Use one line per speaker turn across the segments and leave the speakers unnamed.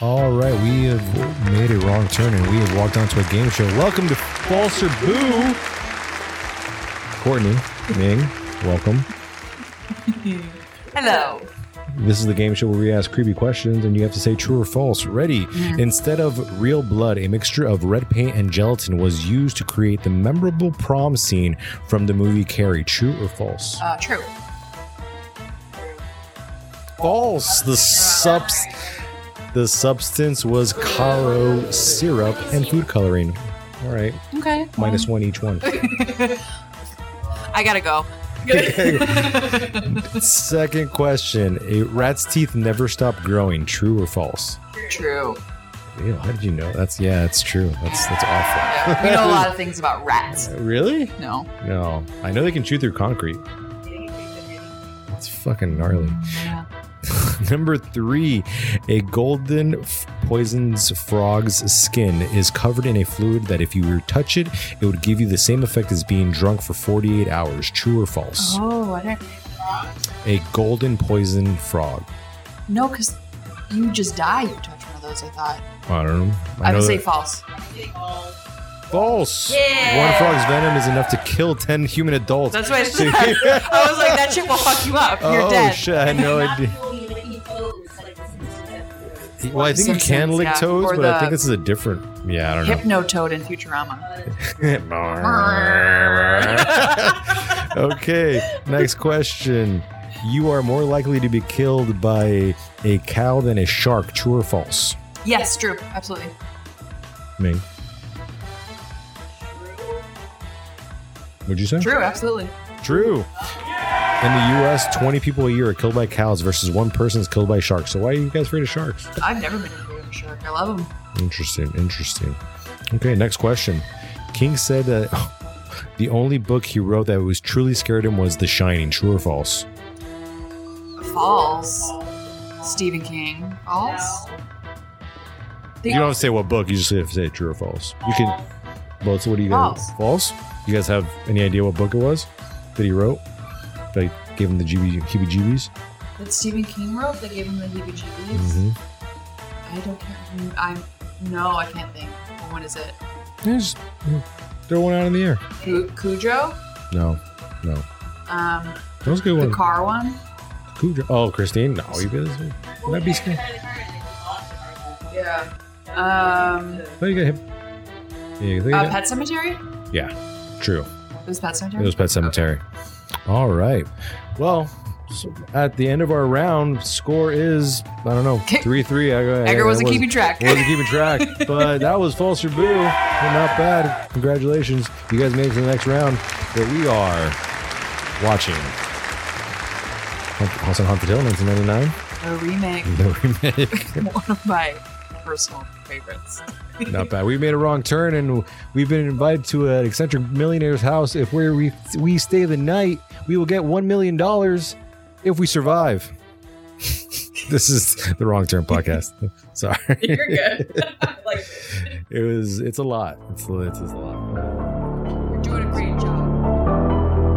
All right, we have made a wrong turn and we have walked onto a game show. Welcome to Falser Boo. Courtney, Ming, welcome.
Hello.
This is the game show where we ask creepy questions and you have to say true or false. Ready? Instead of real blood, a mixture of red paint and gelatin was used to create the memorable prom scene from the movie Carrie. True or false?
Uh, true.
false. The subs the substance was caro syrup and food coloring. All right,
Okay.
minus one each one.
I gotta go.
Second question: A rat's teeth never stop growing. True or false?
True.
Ew, how did you know? That's yeah, it's true. That's that's awful.
Yeah. We know a lot of things about rats.
Really?
No.
No, I know they can chew through concrete. It's fucking gnarly.
Yeah.
Number three, a golden f- poisons frog's skin is covered in a fluid that if you were to touch it, it would give you the same effect as being drunk for 48 hours. True or false?
Oh, I don't.
A golden poison frog.
No, because you just die. You touch one of those. I thought.
I don't know.
I,
know
would say
that-
false.
false.
Yeah.
One frog's venom is enough to kill 10 human adults.
That's what I said. I was like, that shit will fuck you up. You're
oh,
dead.
shit. I had no idea. Well, I think you can
Simpsons,
lick
yeah.
toes,
Or
but
the-
I think this is a different. Yeah, I don't know.
Hypnotoad in Futurama.
okay, next question. You are more likely to be killed by a cow than a shark. True or false?
Yes, true. Absolutely.
Ming. Would you say?
True. Absolutely.
True. In the U.S., 20 people a year are killed by cows versus one person is killed by sharks. So why are you guys afraid of sharks?
I've never been afraid of a shark. I love them.
Interesting. Interesting. Okay, next question. King said that the only book he wrote that was truly scared him was The Shining. True or false?
False. Stephen King. False. The-
You don't have to say what book. You just have to say true or false. You can. Well, so what do you guys? False. You guys have any idea what book it was that he wrote? That gave him the GB, heebie-jeebies.
that Stephen King wrote that gave him the heebie-jeebies.
Mhm.
I don't care. Mm, I'm no, I can't think. Well, What is it?
Yeah, just mm, throw one out in the air.
Cu- Cujo,
No, no,
um,
that was a good
the
one.
car one.
Cujo- Oh, Christine. No, you guys. That'd be scary.
Yeah. Um,
Thought Oh, you got him. Yeah, you think
uh,
you got-
Pet Cemetery.
true.
It was Pet
It
Cemetery.
was Pet Cemetery. All right. Well, so at the end of our round, score is I don't know three three.
Edgar wasn't keeping track.
wasn't keeping track, but that was false or boo. Well, Not bad. Congratulations, you guys made it to the next round. But we are watching Haunts on Haunted Hill, 1999.
A remake,
Hmm. The remake.
one of my personal favorites.
Not bad. We made a wrong turn, and we've been invited to an eccentric millionaire's house. If where we we stay the night, we will get one million dollars if we survive. this is the wrong turn podcast. Sorry.
You're good. like
It was. It's a lot. It's, it's a lot.
you're doing a great job.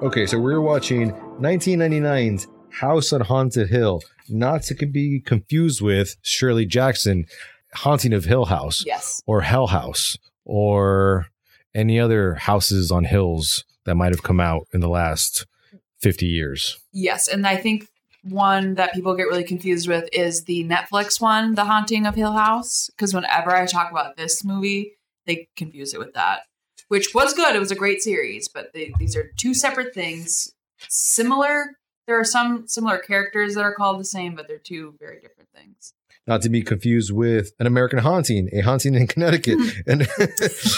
Okay, so we're watching 1999's House on Haunted Hill, not to be confused with Shirley Jackson, Haunting of Hill House.
Yes.
or Hell House or any other houses on hills that might have come out in the last 50 years.
Yes, and I think one that people get really confused with is the Netflix one, The Haunting of Hill House, because whenever I talk about this movie, they confuse it with that, which was good. It was a great series, but they, these are two separate things. Similar, there are some similar characters that are called the same, but they're two very different things.
Not to be confused with an American haunting, a haunting in Connecticut, and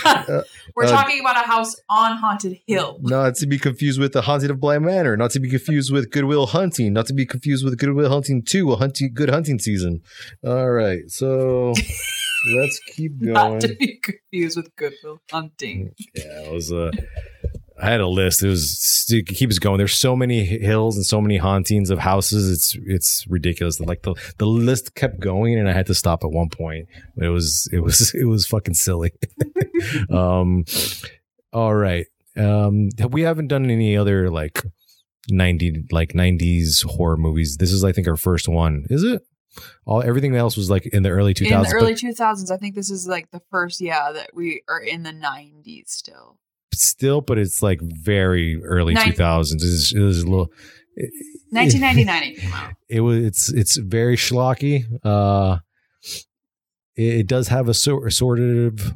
uh,
We're
Uh,
talking about a house on Haunted Hill.
not to be confused with the haunting of Bly Manor, not to be confused with Goodwill Hunting, not to be confused with Goodwill Hunting 2, a hunting, good hunting season. All right, so let's keep going.
Not to be confused with Goodwill Hunting.
Yeah, it was uh, I had a list. It was it keeps going. There's so many hills and so many hauntings of houses. It's it's ridiculous. Like the the list kept going, and I had to stop at one point. It was it was it was fucking silly. um, all right. Um, we haven't done any other like ninety like nineties horror movies. This is I think our first one. Is it? All everything else was like in the early two
in
thousands.
the early 2000s, I think this is like the first, yeah, that we are in the 90s still.
still, but it's like very early
Nin-
two thousands. It's, it's a little.
1999 it came out.
It was it's it's very schlocky. Uh, it, it does have a, sor- a sort of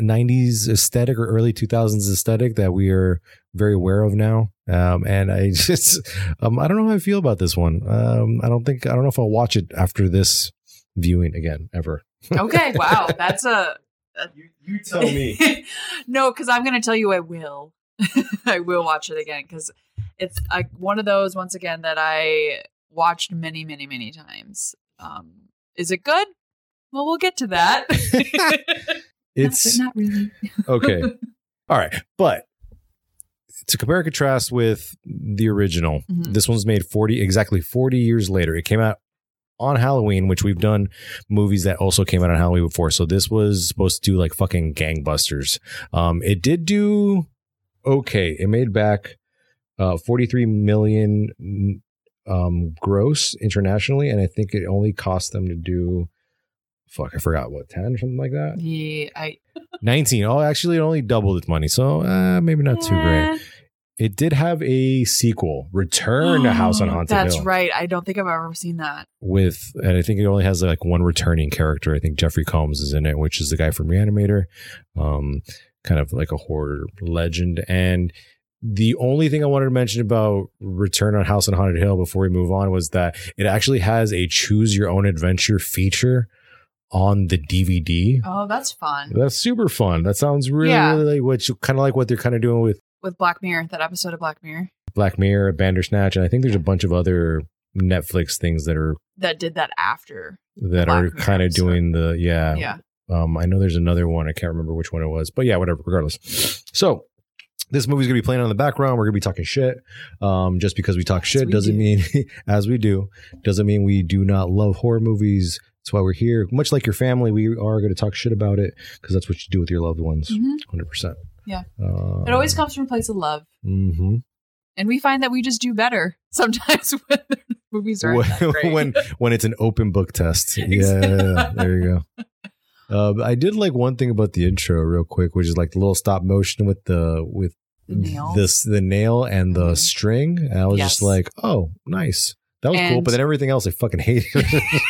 '90s aesthetic or early 2000s aesthetic that we are very aware of now. Um, and I just um, I don't know how I feel about this one. Um, I don't think I don't know if I'll watch it after this viewing again ever.
Okay, wow. That's a.
You, you tell me.
no, because I'm going to tell you I will. I will watch it again because it's like one of those, once again, that I watched many, many, many times. Um, is it good? Well, we'll get to that.
It's
not really.
okay. All right, but to compare and contrast with the original,
Mhm.
this one's made 40 exactly 40 years later. It came out on Halloween, which we've done movies that also came out on Halloween before. So this was supposed to do like fucking gangbusters. Um, it did do okay. It made back uh, 43 million um, gross internationally, and I think it only cost them to do. Fuck, I forgot what ten or something like that.
Yeah, I,
Nineteen. Oh, actually, it only doubled its money, so uh, maybe not too great.
Eh,
It did have a sequel, Return to House on Haunted
That's
Hill,
right. I don't think I've ever seen that.
with, and I think it only has like one returning character. I think Jeffrey Combs is in it, which is the guy from Reanimator, um, kind of like a horror legend. And the only thing I wanted to mention about Return on House on Haunted Hill before we move on was that it actually has a choose your own adventure feature on the DVD.
Oh, that's fun.
That's super fun. That sounds really,
Yeah.
really like what you kind of like what they're kind of doing with
With Black Mirror, that episode of Black Mirror
Black Mirror, Bandersnatch, and I think there's a bunch of other Netflix things that are
that did that after.
that
Black
are
Mirror
kind of
episode.
doing the yeah.
yeah.
Um, I know there's another one. I can't remember which one it was, but yeah, whatever. Regardless, so this movie's gonna be playing on the background. We're gonna be talking shit. Um, just because we talk
As
shit
we
doesn't
do.
mean as we do doesn't mean we do not love horror movies. That's why we're here. Much like your family, we are going to talk shit about it because that's what you do with your loved ones.
Mhm.
100%.
Yeah.
Um,
It always comes from a place of love.
mhm.
And we find that we just do better sometimes when the movies aren't that great.
when when it's an open book test. Yeah,
Exactly.
yeah, yeah. there you go. Uh, I did like one thing about the intro, real quick, which is like the little stop motion with the with
The nail.
this the nail and the
Mhm.
string. And I was just
Yes.
like, oh, nice. That was cool,
And-
but then everything else I fucking hated.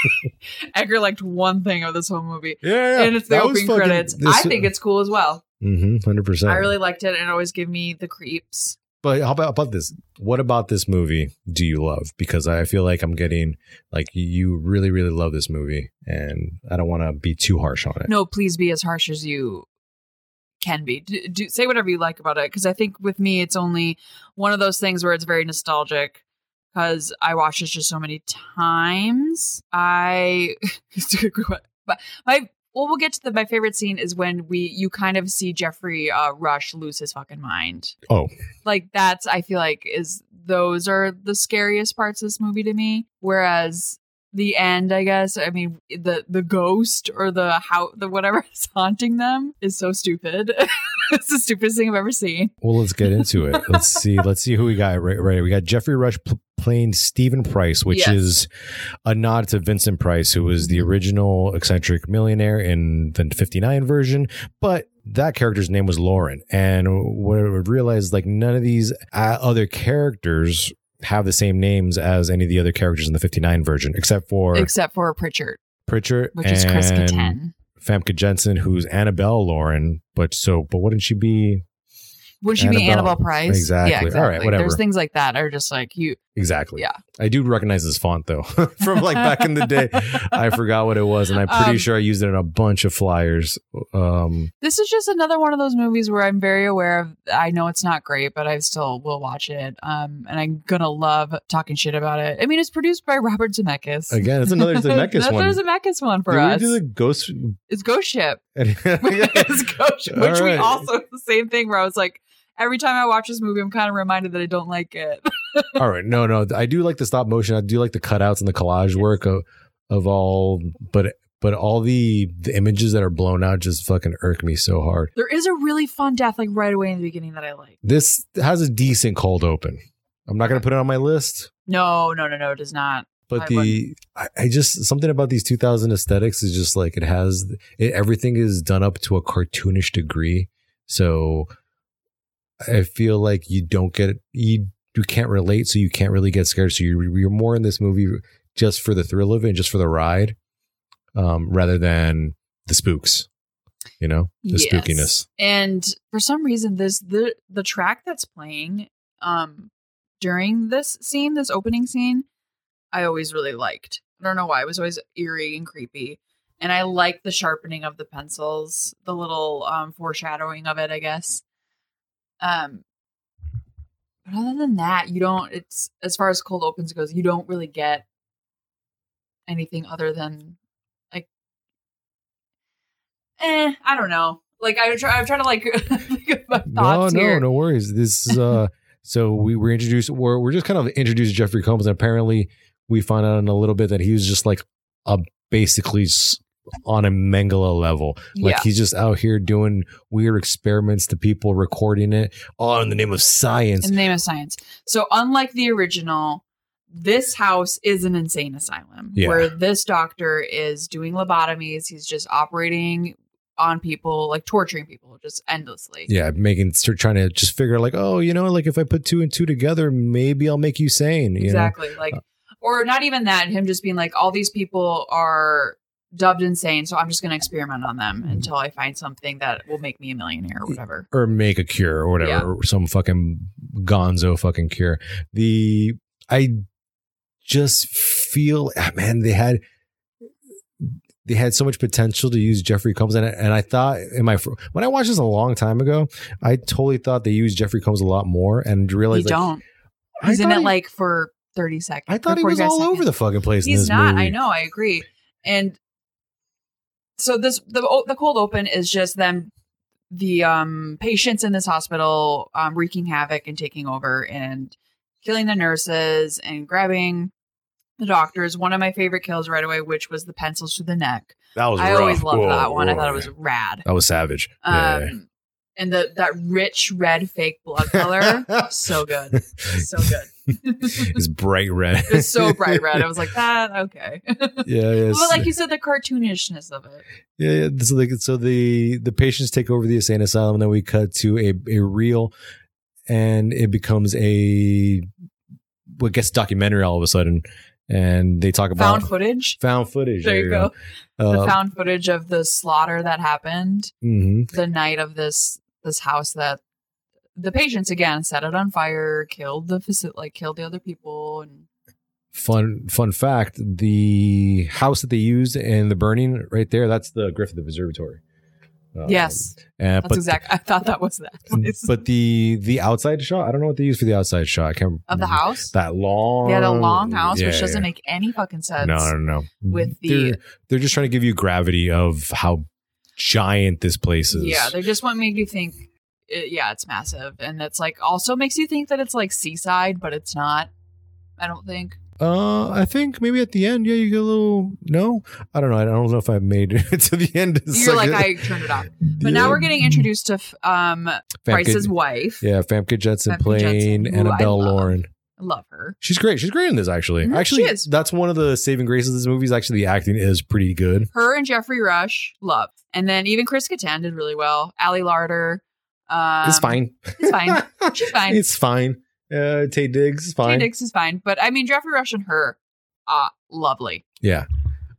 Edgar liked one thing of this whole movie.
yeah,
and it's the opening credits. I
uh,
think it's cool as well.
Mm-hmm. hundred percent.
I really liked it and it always gave me the creeps.
But how about about this? What about this movie do you love? Because I feel like I'm getting like you really really love this movie, and I don't want to be too harsh on it.
No, please be as harsh as you can be. Do, do, say whatever you like about it, because I think with me, it's only one of those things where it's very nostalgic. Because I watched this just so many times. I, it's a good question. but my well, we'll get to the my favorite scene is when we you kind of see Jeffrey uh, Rush lose his fucking mind.
Oh.
like that's I feel like is those are the scariest parts of this movie to me. Whereas the end i guess i mean the the ghost or the how the whatever is haunting them is so stupid it's the stupidest thing i've ever seen
Well, let's get into it. Let's see. Let's see who we got. Right, right. We got Jeffrey Rush pl- playing Stephen Price, which
Yes.
is a nod to Vincent Price, who was the original eccentric millionaire in the '59 version. But that character's name was Lauren, and what I realized, like none of these uh, other characters have the same names as any of the other characters in the '59 version, except for
except for pritchard
Pritchard,
which is chris
and
Kattan.
Famke Jensen, who's Annabelle Lauren. But so, but wouldn't she be
would she be
Annabelle.
annabelle price
Exactly. All right, whatever.
there's things like that are just like you
Exactly.
Yeah.
I do recognize this font though from like back in the day. I forgot what it was, and I'm pretty
Um,
sure I used it in a bunch of flyers. Um,
this is just another one of those movies where i'm very aware of i know it's not great but i still will watch it um and i'm gonna love talking shit about it i mean it's produced by robert zemeckis
again, it's another Zemeckis
That's
one.
another Zemeckis one for
Did
us.
we do the ghost?
it's Ghost Ship.
yeah.
It's Ghost Ship, which
All
we
right.
also the same thing where I was like, every time I watch this movie, I'm kind of reminded that I don't like it.
All right, no, no, I do like the stop motion. I do like the cutouts and the collage work of, of all, but but all the the images that are blown out just fucking irk me so hard.
There is a really fun death like right away in the beginning that I like.
This has a decent cold open. I'm not gonna put it on my list,
No, no, no, no, it does not.
but
I
the I, I just something about these 2000 aesthetics is just like it has it, everything is done up to a cartoonish degree so i feel like you don't get you you can't relate so you can't really get scared so you're, you're more in this movie just for the thrill of it and just for the ride um rather than the spooks you know the
Yes.
spookiness
And for some reason, this the the track that's playing um during this scene, this opening scene, I always really liked. I don't know why. It was always eerie and creepy. And I liked the sharpening of the pencils, the little um foreshadowing of it, I guess. Um but other than that, you don't it's as far as cold opens goes, you don't really get anything other than eh, I don't know. Like I try, I'm trying to like think of my
no
thoughts
no
here.
no worries this is uh so we were introduced we're, we're just kind of introduced to jeffrey combs and apparently we find out in a little bit that he was just like a basically s- on a Mengele level like
yeah.
he's just out here doing weird experiments to people recording it all in the name of science
In the name of science. So, unlike the original, this house is an insane asylum
Yeah.
where this doctor is doing lobotomies. He's just operating on people, like torturing people just endlessly.
yeah making start trying to just figure like oh you know like if i put two and two together maybe i'll make you sane you know Uh.
exactly. Like, or not even that, him just being like, all these people are dubbed insane. So, I'm just going to experiment on them
Mm-hmm.
until I find something that will make me a millionaire or whatever.
or make a cure or whatever,
Yeah.
or some fucking gonzo fucking cure. The I just feel ah, man, they had they had so much potential to use Jeffrey Combs and I, and I thought in my fir- when I watched this a long time ago, I totally thought they used Jeffrey Combs a lot more and
You
realized like,
don't.
I
He's in
thought
it
he-
like for 30 seconds.
I thought he
or
was
45
all over
seconds.
the fucking place. in
He's
this
not.
movie.
I know. I agree. And so this the o- the cold open is just them the um patients in this hospital um wreaking havoc and taking over and killing the nurses and grabbing the doctors. One of my favorite kills right away, which was the pencils to the neck.
That was.
I
rough.
always loved
Whoa,
that one. I
whoa,
thought it was
yeah.
rad.
That was savage.
Um,
Yeah.
and the that rich red fake blood color, so good, so good.
it's bright red.
It's so bright red. I was like that. Okay.
yeah, yeah.
Well, like you said, the cartoonishness of it.
Yeah, yeah. So, like, so the the patients take over the insane asylum, and then we cut to a a reel, and it becomes a what gets documentary all of a sudden, and they talk about
Found footage.
found footage.
There you go. The
Uh,
found footage of the slaughter that happened
mhm.
the night of this this house that the patients again set it on fire, killed the faci- like killed the other people, and
Fun fun fact: the house that they used and the burning right there, that's the Griffith Observatory. Um,
yes,
and,
that's
but, Mm,
exact. I thought that was that place.
But the the outside shot, I don't know what they use for the outside shot. I can't
of
remember.
the house.
That long,
they had a long house,
Yeah,
which
yeah.
doesn't make any fucking sense.
No, no, no.
with the-
they're, they're just trying to give you gravity of how giant this place is.
Yeah, they just want to make you think. uh, yeah, it's massive, and it's like also makes you think that it's like seaside, but it's not. I don't think.
Uh, I think maybe at the end, yeah, you get a little. No, I don't know. I don't know if I made it to the end. It's
You're like,
a-
I turned it off. But now we're getting introduced to f- um
Famke-
Bryce's wife.
Yeah, Famke Jensen
Famke
playing
Jensen, who I
Annabelle
love.
Lauren.
I love her.
She's great. She's great in this actually.
Mhm,
actually,
she is.
that's one of the saving graces of this movie. Is actually the acting is pretty good.
Her and Jeffrey Rush, love. And then even Chris Kattan did really well. Allie Larder. Um,
it's fine.
It's fine. She's fine.
it's fine. Uh, Tay Diggs is
Jay
fine.
Dix is fine. But I mean, Jeffrey Rush and her, ah, lovely.
Yeah.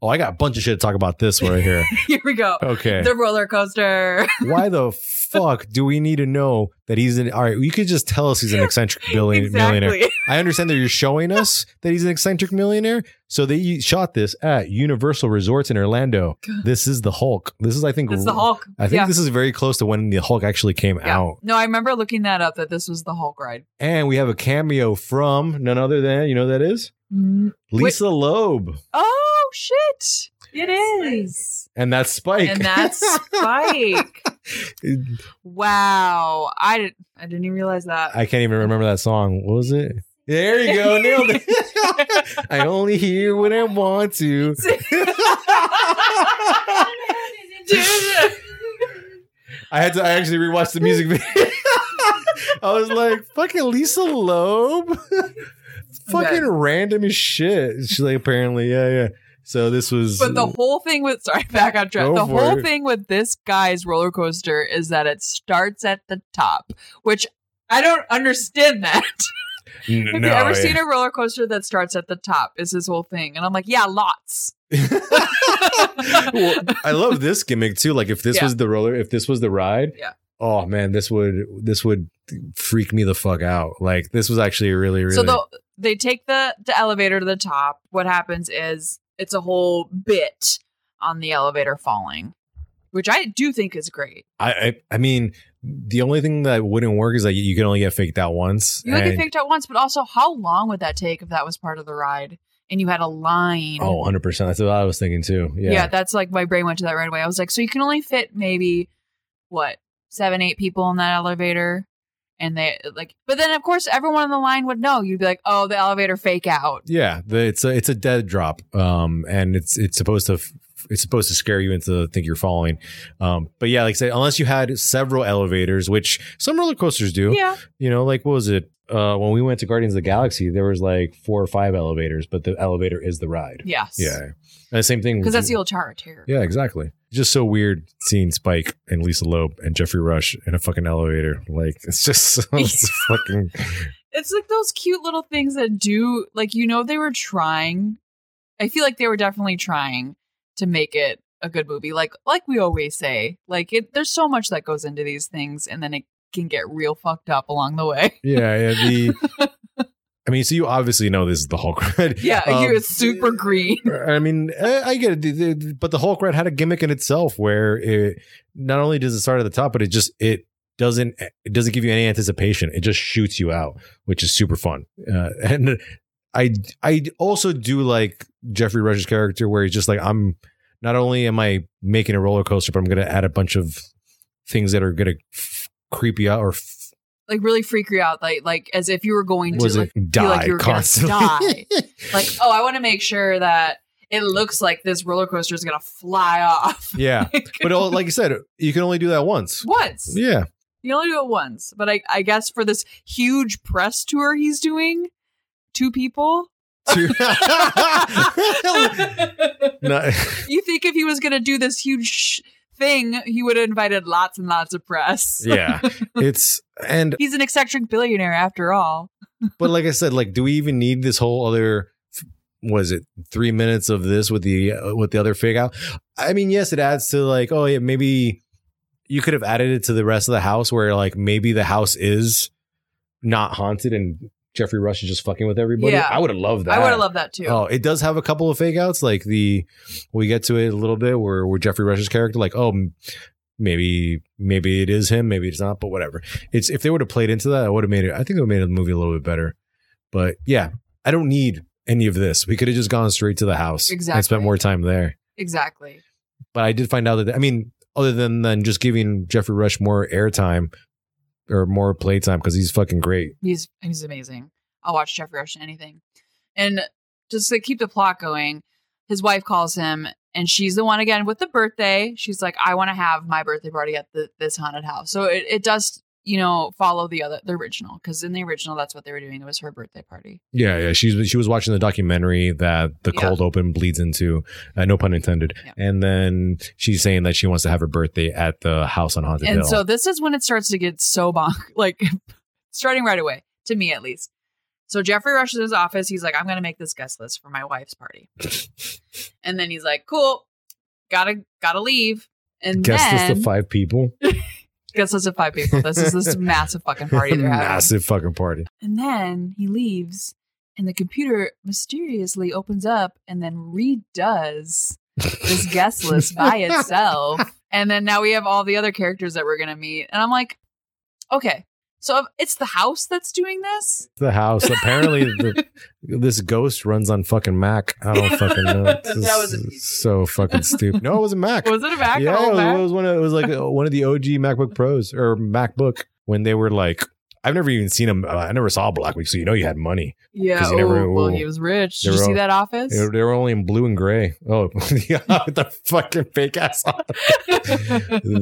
Oh, I got a bunch of shit to talk about this one right here.
Here we go.
Okay.
The roller coaster.
why the fuck do we need to know that he's an all right you could just tell us he's an eccentric billion, millionaire
exactly.
i understand that you're showing us that he's an eccentric millionaire so they shot this at universal resorts in orlando this is the hulk this is i think
It's the Hulk.
i think
yeah.
this is very close to when the hulk actually came
Yeah.
out
No, I remember looking that up that this was the Hulk ride.
and we have a cameo from none other than you know who that is
Mm.
lisa loeb
Oh, shit. It is.
and that's Spike.
And that's Spike. Wow. I didn't I didn't even realize that.
I can't even remember that song. What was it? There you go, nailed it. I only hear when I want to. I had to. I actually rewatched the music video. I was like, "Fucking Lisa Loeb, fucking
Okay.
random as shit." She like, apparently, yeah, yeah. So this was,
But the whole thing with sorry, back on track.
Go
the
for
whole
it.
thing with this guy's roller coaster is that it starts at the top, which I don't understand that.
N-
Have
no,
you ever
yeah.
seen a roller coaster that starts at the top? Is his whole thing. And I'm like, yeah, lots.
well, I love this gimmick too. Like if this
Yeah.
was the roller, if this was the ride,
Yeah.
Oh man, this would this would freak me the fuck out. Like this was actually really really.
So the, they take the, the elevator to the top. What happens is it's a whole bit on the elevator falling, which I do think is great.
I, I I mean, the only thing that wouldn't work is like you can only get faked out once.
You only get
and-
picked out once, but also how long would that take if that was part of the ride and you had a line?
Oh, 100 percent. That's what I was thinking too.
yeah.
Yeah.
that's like my brain went to that right away. I was like, so you can only fit maybe what seven, eight people in that elevator. And they like, but then of course everyone on the line would know. You'd be like, "Oh, the elevator fake out."
Yeah, the, it's a it's a dead drop, um, and it's it's supposed to f- it's supposed to scare you into think you're falling, um, but yeah, like I said, unless you had several elevators, which some roller coasters do,
Yeah,
you know, like what was it uh, when we went to Guardians of the Galaxy? There was like four or five elevators, but the elevator is the ride.
yes,
Yeah, Mm-hmm. and the same thing
because that's the old chart here.
Yeah, exactly. Just so weird seeing Spike and Lisa Loeb and Jeffrey Rush in a fucking elevator. Like it's just so it's fucking
it's like those cute little things that do like you know they were trying i feel like they were definitely trying to make it a good movie like like we always say like it there's so much that goes into these things and then it can get real fucked up along the way
yeah. yeah the I mean, so you obviously know this is the Hulk Red.
yeah
Um,
he was super green
I mean, I, I get it, the- the- but the Hulk Red had a gimmick in itself where it not only does it start at the top, but it just it doesn't it doesn't give you any anticipation. It just shoots you out, which is super fun. Uh, and I I also do like Jeffrey Rush's character where he's just like I'm. Not only am I making a roller coaster, but I'm going to add a bunch of things that are going to f- creep you out or f-
like really freak you out like like as if you were going to
was
like,
it die
like you were gonna
constantly.
like oh i want to make sure that it looks like this roller coaster is gonna fly off
yeah, but all, like you said, you can only do that once.
once
Yeah.
You only do it once, but I, I guess for this huge press tour he's doing, two people.
to no,
you think if he was going to do this huge sh- thing, he would have invited lots and lots of press.
yeah it's and
He's an eccentric billionaire after all.
but like i said like do we even need this whole other was it three minutes of this with the uh, with the other fake out i mean yes it adds to like oh yeah maybe you could have added it to the rest of the house where like maybe the house is not haunted and jeffrey rush is just fucking with everybody
Yeah.
i would have loved that
I would have loved that too.
Oh, it does have a couple of fake outs. Like the we get to it a little bit where where Jeffrey Rush's character, like, oh, m- maybe maybe it is him, maybe it's not, but whatever. It's if they would have played into that, I would have made it. I think it would have made the movie a little bit better. But yeah, I don't need any of this. We could have just gone straight to the house and
Exactly.
spent more time there.
Exactly.
But I did find out that I mean, other than than just giving Jeffrey Rush more airtime or more playtime because he's fucking great.
He's he's amazing. I'll watch Jeffrey Rush in anything. And just to keep the plot going, his wife calls him and she's the one again with the birthday. She's like, I want to have my birthday party at the, this haunted house. So it, it does, you know, follow the other the original because in the original that's what they were doing. It was her birthday party.
Yeah, yeah. She's she was watching the documentary that the
Yeah.
cold open bleeds into, uh, no pun intended.
Yeah.
And then she's saying that she wants to have her birthday at the house on Haunted
and
Hill.
so this is when it starts to get so bonk like starting right away, to me at least. So Jeffrey rushes his office. He's like, I'm gonna make this guest list for my wife's party. and then he's like, Cool, gotta gotta leave. And
Guess
then,
this the five people.
Guess that's a five people. This is this massive fucking party they're having.
Massive fucking party.
And then he leaves, and the computer mysteriously opens up and then redoes this guest list by itself. And then now we have all the other characters that we're gonna meet. And I'm like, okay. So it's the house that's doing this.
The house. Apparently, the, this ghost runs on fucking Mac. I don't fucking know.
That
This
was
is
an easy-
so fucking stupid. No, it wasn't Mac.
Was it a back?
yeah, it
or
was,
back?
it was one. Of, it was like uh, one of the OG MacBook Pros or MacBook when they were like. I've never even seen them. Uh, I never saw a Black Week, so you know you had money.
yeah.
'cause you never-
oh, well,
ooh.
he was rich.
They
Did you
were
see
all-
that office?
They were, they were only in blue and gray. Oh, yeah, with the fucking fake ass. on.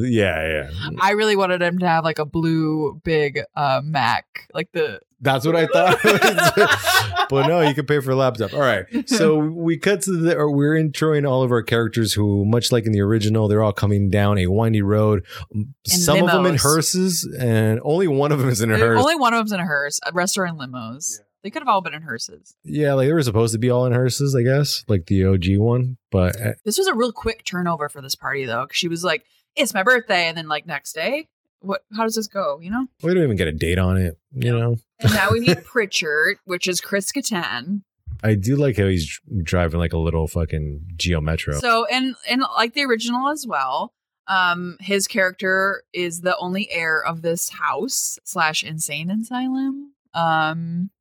yeah, yeah.
I really wanted him to have like a blue big uh, Mac, like the
That's what I thought. but no, you can pay for a laptop. All right. So we cut to the, or we're introing all of our characters who, much like in the original, they're all coming down a windy road. Mm, Some of them in
limos.
hearses, and only one of them is in a
There-
hearse.
Only one of them's in a hearse. A restaurant limos.
Yeah.
They could have all been in hearses.
yeah, like they were supposed to be all in hearses, I guess, like the OG one. But uh,
This was a real quick turnover for this party though, 'cause she was like, "It's my birthday," and then like next day, what? How does this go? You know.
we don't even get a date on it. You know,
And now we meet Pritchard, which is Chris Kattan.
I do like how he's dr- driving like a little fucking Geo Metro.
So and and like the original as well. Um, his character is the only heir of this house slash insane asylum. Um,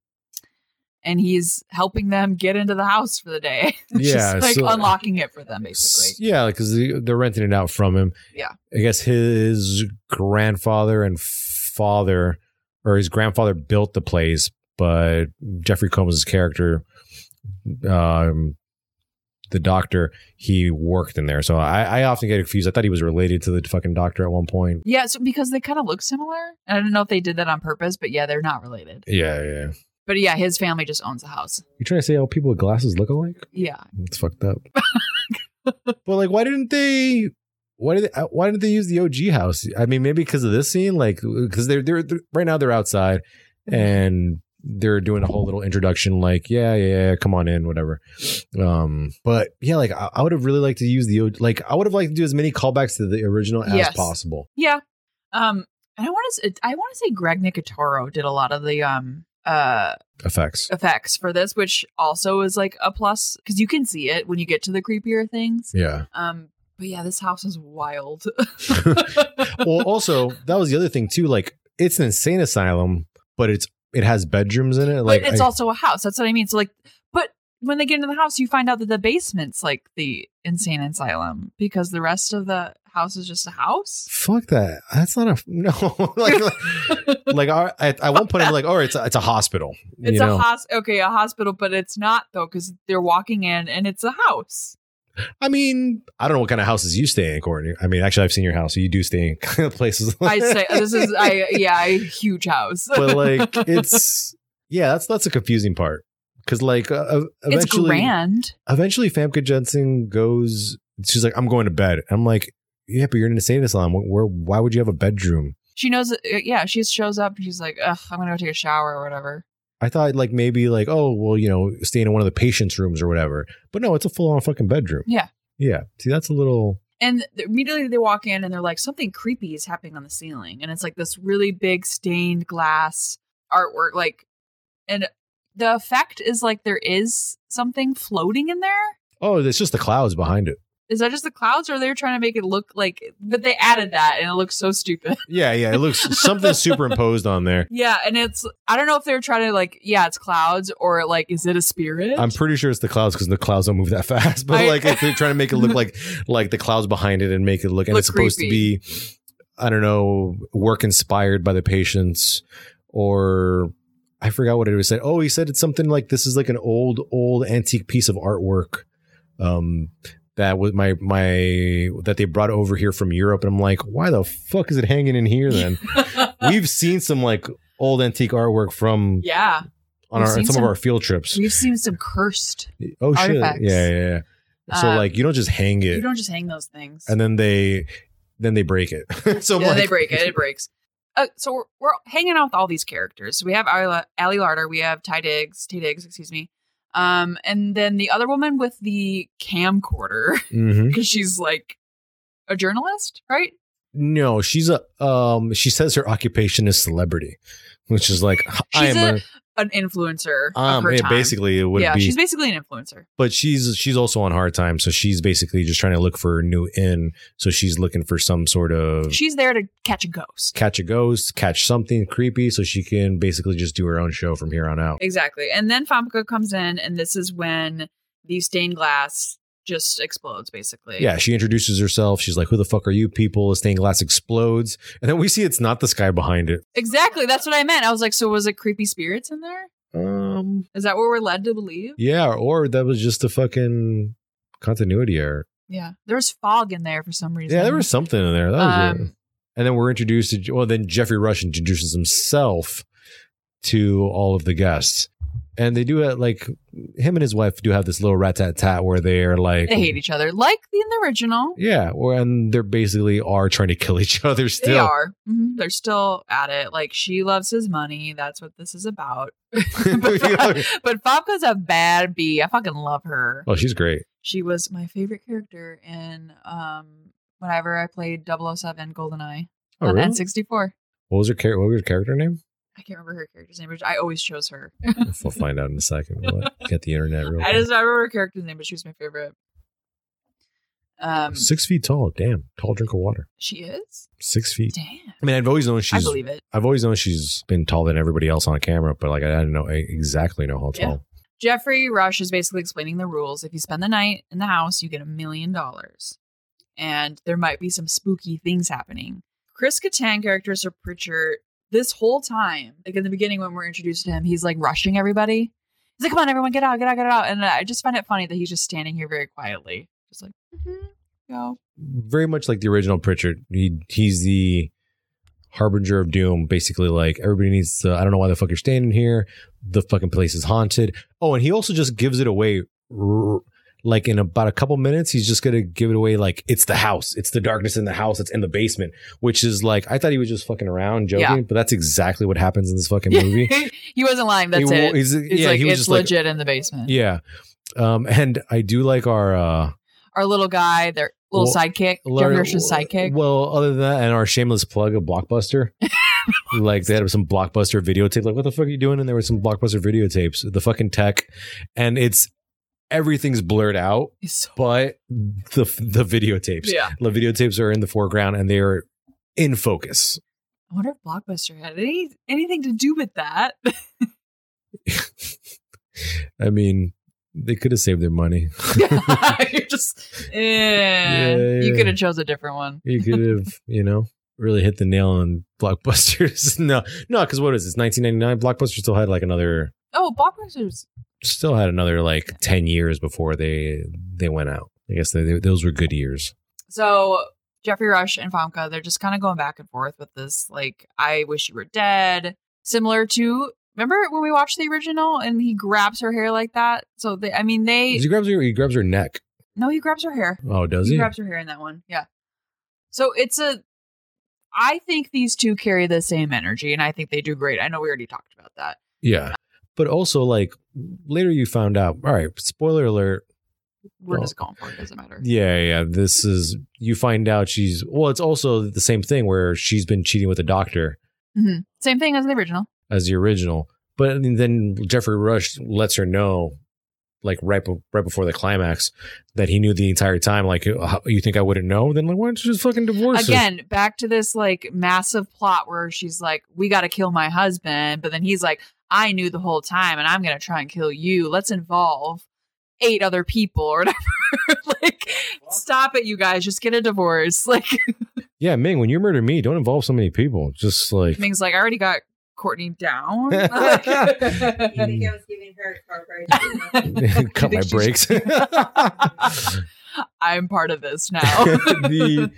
and he's helping them get into the house for the day. Just,
Yeah,
like
so-
unlocking it for them basically.
Yeah, because they're renting it out from him.
Yeah.
I guess his grandfather and father, or his grandfather built the place, but Jeffrey Combs' character, um, the doctor, he worked in there. So I, I often get confused. I thought he was related to the fucking doctor at one point.
Yeah, so because they kind of look similar, and I don't know if they did that on purpose, but yeah, they're not related.
Yeah, yeah.
But yeah, his family just owns the house.
You trying to say all people with glasses look alike?
Yeah,
It's fucked up. but like, why didn't they? Why did they, why didn't they use the OG house? I mean, maybe because of this scene, like because they're, they're they're- right now they're outside
Mm-hmm.
and they're doing a whole little introduction, like yeah yeah come on in whatever. Um, but yeah, like I, I would have really liked to use the OG, like I would have liked to do as many callbacks to the original as
Yes.
possible.
yeah. Um, and I want to I want to say Greg Nicotero did a lot of the um uh
Effects,
effects for this, which also is like a plus because you can see it when you get to the creepier things.
yeah.
Um, but yeah, this house is wild.
well, also that was the other thing too. Like it's an insane asylum, but it's it has bedrooms in it. Like
but it's
I-
also a house. That's what I mean. So like, but when they get into the house, you find out that the basement's like the insane asylum because the rest of the house is just a house.
fuck that. That's not a no. like, like, like our, at, at one point, I'm like, oh, it's a, it's a hospital.
It's
you
a
know,
hos okay, a hospital, but it's not though because they're walking in and it's a house.
I mean, I don't know what kind of houses you stay in, Courtney. I mean, actually, I've seen your house. So you do stay in kind of places.
I say uh, this is I yeah, a huge house.
but like, it's yeah, that's that's a confusing part because like uh,
It's
eventually,
grand.
eventually, Famke Jensen goes. She's like, I'm going to bed. I'm like, yeah, but you're in a insane asylum. Where? Why would you have a bedroom?
She knows. uh, Yeah, she shows up and she's like, "Ugh, I'm gonna go take a shower or whatever."
I thought like maybe like oh well you know staying in one of the patients' rooms or whatever, but no, it's a full on fucking bedroom.
Yeah.
yeah. See, that's a little
And th- immediately they walk in and they're like, "Something creepy is happening on the ceiling," and it's like this really big stained glass artwork, like, and the effect is like there is something floating in there.
oh, it's just the clouds behind it.
Is that just the clouds, or they're trying to make it look like? But they added that, and it looks so stupid.
Yeah, yeah. It looks something superimposed on there.
yeah, and it's I don't know if they're trying to like, yeah, it's clouds, or like, is it a spirit?
I'm pretty sure it's the clouds because the clouds don't move that fast. But
I-
like if they're trying to make it look like like the clouds behind it and make it look and
Look
it's supposed
creepy.
to be I don't know work inspired by the patients or I forgot what it was said. Oh, he said it's something like this is like an old old antique piece of artwork. Um. That was my my that they brought over here from Europe, and I'm like, why the fuck is it hanging in here? Then we've seen some like old antique artwortwork from
yeah,
on
We've
our,
seen
some,
some-
of our field trips.
we've seen some cursed
Oh
artifacts.
shit! Yeah, yeah. yeah. So
Um,
like, you don't just hang
You
it,
don't just hang those things.
and then they, then they break it. so I'm
yeah,
like,
they break it. It breaks. Uh, so we're, we're hanging out with all these characters. So we have Ali, Ali Larder. We have Ty Diggs. Tay Diggs, excuse me. Um, and then the other woman with the camcorder
Mhm.
because she's like a journalist, right?
No, she's a um. She says her occupation is celebrity, which is like I
She's
am a,
an influencer. of
Um,
her
yeah,
time.
basically it would
yeah,
be
she's basically an influencer.
but she's she's also on hard time, so she's basically just trying to look for a new in. So she's looking for some sort of
She's there to catch a ghost.
catch a ghost, catch something creepy, so she can basically just do her own show from here on out.
Exactly. And then Famke comes in, and this is when the stained glass just explodes, basically.
Yeah, she introduces herself. She's like, "Who the fuck are you people?" The stained glass explodes, and then we see it's not this guy behind it.
Exactly. That's what I meant. I was like, so was it creepy spirits in there?
Um,
Is that what we're led to believe?
yeah, or that was just a fucking continuity error.
Yeah. There was fog in there for some reason.
Yeah, there was something in there. That was
Um,
weird. And then we're introduced to well, then Jeffrey Rush introduces himself to all of the guests. And they do it like him and his wife do have this little rat tat tat where they're like
They hate each other, like in the original.
Yeah, or and they're basically are trying to kill each other
They
still.
are. Mhm. They're still at it. Like she loves his money. That's what this is about. but, but Fabka's a bad bee. I fucking love her.
Oh, she's great.
She was my favorite character in um whenever I played 007 GoldenEye
Oh,
on
really?
N64.
What was her char- what was her character name?
I can't remember her character's name, but I always chose her.
we'll find out in a second. We'll get the internet real
I
quick.
just don't remember her character's name, but she was my favorite. Um,
Six feet tall, damn. Tall drink of water.
she is.
Six feet.
Damn,
I mean, I've always known
I
she's
believe it.
I've always known she's been taller than everybody else on camera, but like I didn't know I exactly know how tall.
Jeffrey Rush is basically explaining the rules. If you spend the night in the house, you get a million dollars, and there might be some spooky things happening. Chris Kattan character Sir Pritchard. This whole time, like in the beginning when we're introduced to him, he's like rushing everybody. He's like, "Come on, everyone, get out, get out, get out!" And I just find it funny that he's just standing here very quietly, just like, mm-hmm, "Go."
Very much like the original Pritchard. He he's the harbinger of doom, basically like everybody needs to I don't know why the fuck you're standing here. The fucking place is haunted. Oh, and he also just gives it away r- like in about a couple minutes, he's just gonna give it away like it's the house, it's the darkness in the house, it's in the basement, which is like I thought he was just fucking around joking,
Yeah.
but that's exactly what happens in this fucking movie.
he wasn't lying. That's
He-
it.
he's-
It's
yeah,
like
he was
it's
just like
legit in the basement.
Yeah. Um, and I do like our uh
Our little guy, their little
Well,
sidekick, Jeffrey Rush's sidekick.
uh, Well, other than that, and our shameless plug of Blockbuster. like they had some blockbuster videotape. Like, what the fuck are you doing? And there were some blockbuster videotapes, the fucking tech, and it's everything's blurred out,
He's so-
but the the videotapes.
yeah.
The videotapes are in the foreground and they are in focus.
I wonder if Blockbuster had any anything to do with that.
I mean, they could have saved their money.
You're just, eh. you
yeah.
could have chose a different one.
You could have, you know, really hit the nail on blockbusters. no, no, because what is this? 1999. Blockbuster still had like another,
Oh, Blockbuster's.
still had another like 10 years before they they went out. I guess they, they, those were good years.
So Jeffrey Rush and Famke, they're just kind of going back and forth with this. Like, I wish you were dead. Similar to. Remember when we watched the original and he grabs her hair like that? So they, I mean, they
He grabs her, he grabs her neck.
no, he grabs her hair.
Oh, does he?
grabs her hair in that one. Yeah. So it's a. I think these two carry the same energy, and I think they do great. I know we already talked about that.
yeah. But also, like later, you found out. All right, spoiler alert.
We're
Well,
just going for it. Doesn't matter.
Yeah, yeah. This is you find out she's well. It's also the same thing where she's been cheating with the doctor,
Mhm. Same thing as the original.
as the original. But I mean, then Jeffrey Rush lets her know, like right be- right before the climax, that he knew the entire time. Like, "How- you think I wouldn't know? Then like, why don't you just fucking divorce her?
Again, back to this like massive plot where she's like, "We got to kill my husband," but then he's like, "I knew the whole time, and I'm gonna try and kill you. Let's involve eight other people or whatever." like, stop it, you guys. Just get a divorce. Like,
Yeah, Ming, when you murder me, don't involve so many people. Just like,
Ming's like, "I already got Courtney down."
You think I was giving her a car ride?
cut my
she's-
brakes.
I'm part of this now.
the,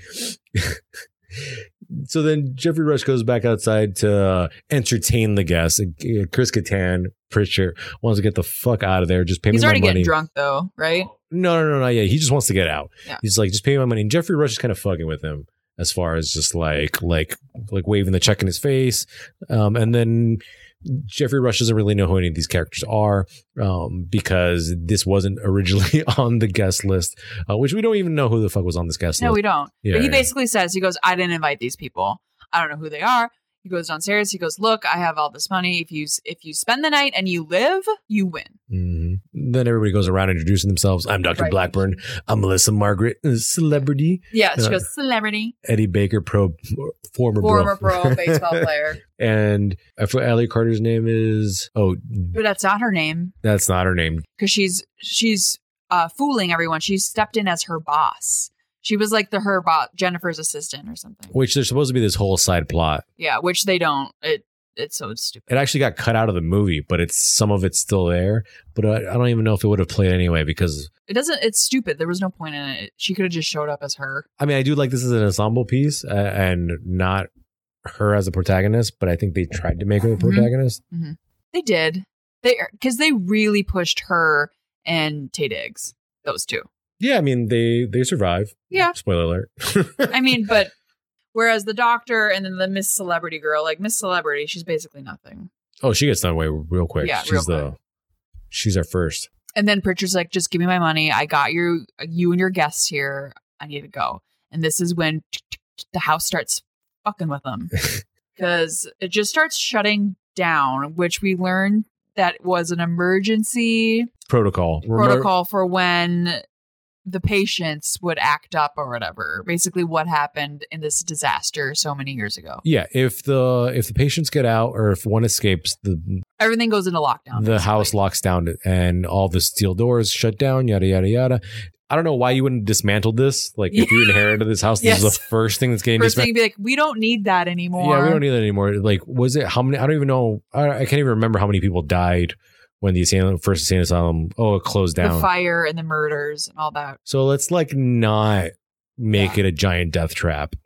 so then Jeffrey Rush goes back outside to uh, entertain the guests. Uh, Chris Kattan, Pritchard, wants to get the fuck out of there. Just pay
He's
me
already
my money.
getting drunk though, right?
No, no, no, not yet. He just wants to get out.
Yeah.
He's like, just pay me my money. And Jeffrey Rush is kind of fucking with him as far as just like, like, like waving the check in his face. Um, and then Jeffrey Rush doesn't really know who any of these characters are um, because this wasn't originally on the guest list, uh, which we don't even know who the fuck was on this guest
No,
list.
we don't.
Yeah,
but he
yeah.
basically says, he goes, I didn't invite these people. I don't know who they are. He goes downstairs. He goes, "Look, I have all this money. If you s- if you spend the night and you live, you win."
Mhm. Then everybody goes around introducing themselves. I'm Dr.
Right.
Blackburn. I'm Melissa Margaret, a celebrity.
Yeah, she
Yeah.
goes, "Celebrity,
Eddie Baker, pro former
former
bro.
pro baseball player."
and I forgot Allie Carter's name is. Oh,
But that's not her name
that's not her name.
because she's she's uh, fooling everyone. She stepped in as her boss. She was like the her boss, Jennifer's assistant or something.
Which there's supposed to be this whole side plot.
Yeah, which they don't. It it's so stupid.
It actually got cut out of the movie, but it's some of it's still there. But I, I don't even know if it would have played anyway because
It doesn't. It's stupid. There was no point in it. She could have just showed up as her.
I mean I do like this as an ensemble piece uh, and not her as a protagonist, but I think they tried to make her the
Mhm.
protagonist.
They did. They because they really pushed her and Tay Diggs. Those two.
Yeah, I mean they they survive.
Yeah.
Spoiler alert.
I mean, but whereas the doctor and then the Miss Celebrity girl, like Miss Celebrity, she's basically nothing.
oh, she gets done away real quick.
Yeah,
she's
real
the she's our first.
And then Pritchard's like, "Just give me my money. I got you, you and your guests here. I need to go." And this is when the house starts fucking with them because it just starts shutting down, which we learned that was an emergency
Protocol. Remember-
protocol for when the patients would act up or whatever. Basically, what happened in this disaster so many years ago.
Yeah, if the if the patients get out or if one escapes, the
Everything goes into lockdown.
the house
basically.
locks down and all the steel doors shut down yada yada yada i don't know why you wouldn't dismantle this like if you inherited this house this is
Yes.
the first thing that's getting
First thing,
dismantled
you'd be like, we don't need that anymore.
yeah we don't need that anymore like was it how many i don't even know i, I can't even remember how many people died when the asylum first insane asylum oh it closed
the
down
fire and the murders and all that.
so let's like not make it a giant death trap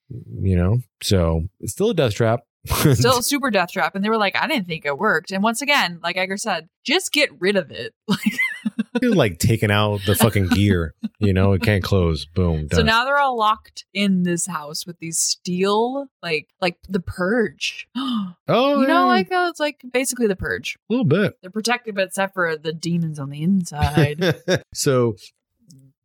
you know so it's still a death trap
Still a super death trap. And they were like, I didn't think it worked. And once again, like Edgar said, just get rid of it. Like,
like taking out the fucking gear you know it can't close boom
so
done.
now they're all locked in this house with these steel, like like the purge. you
oh yeah,
know, like uh, it's like basically the purge.
a little bit
They're protected, but except for the demons on the inside.
so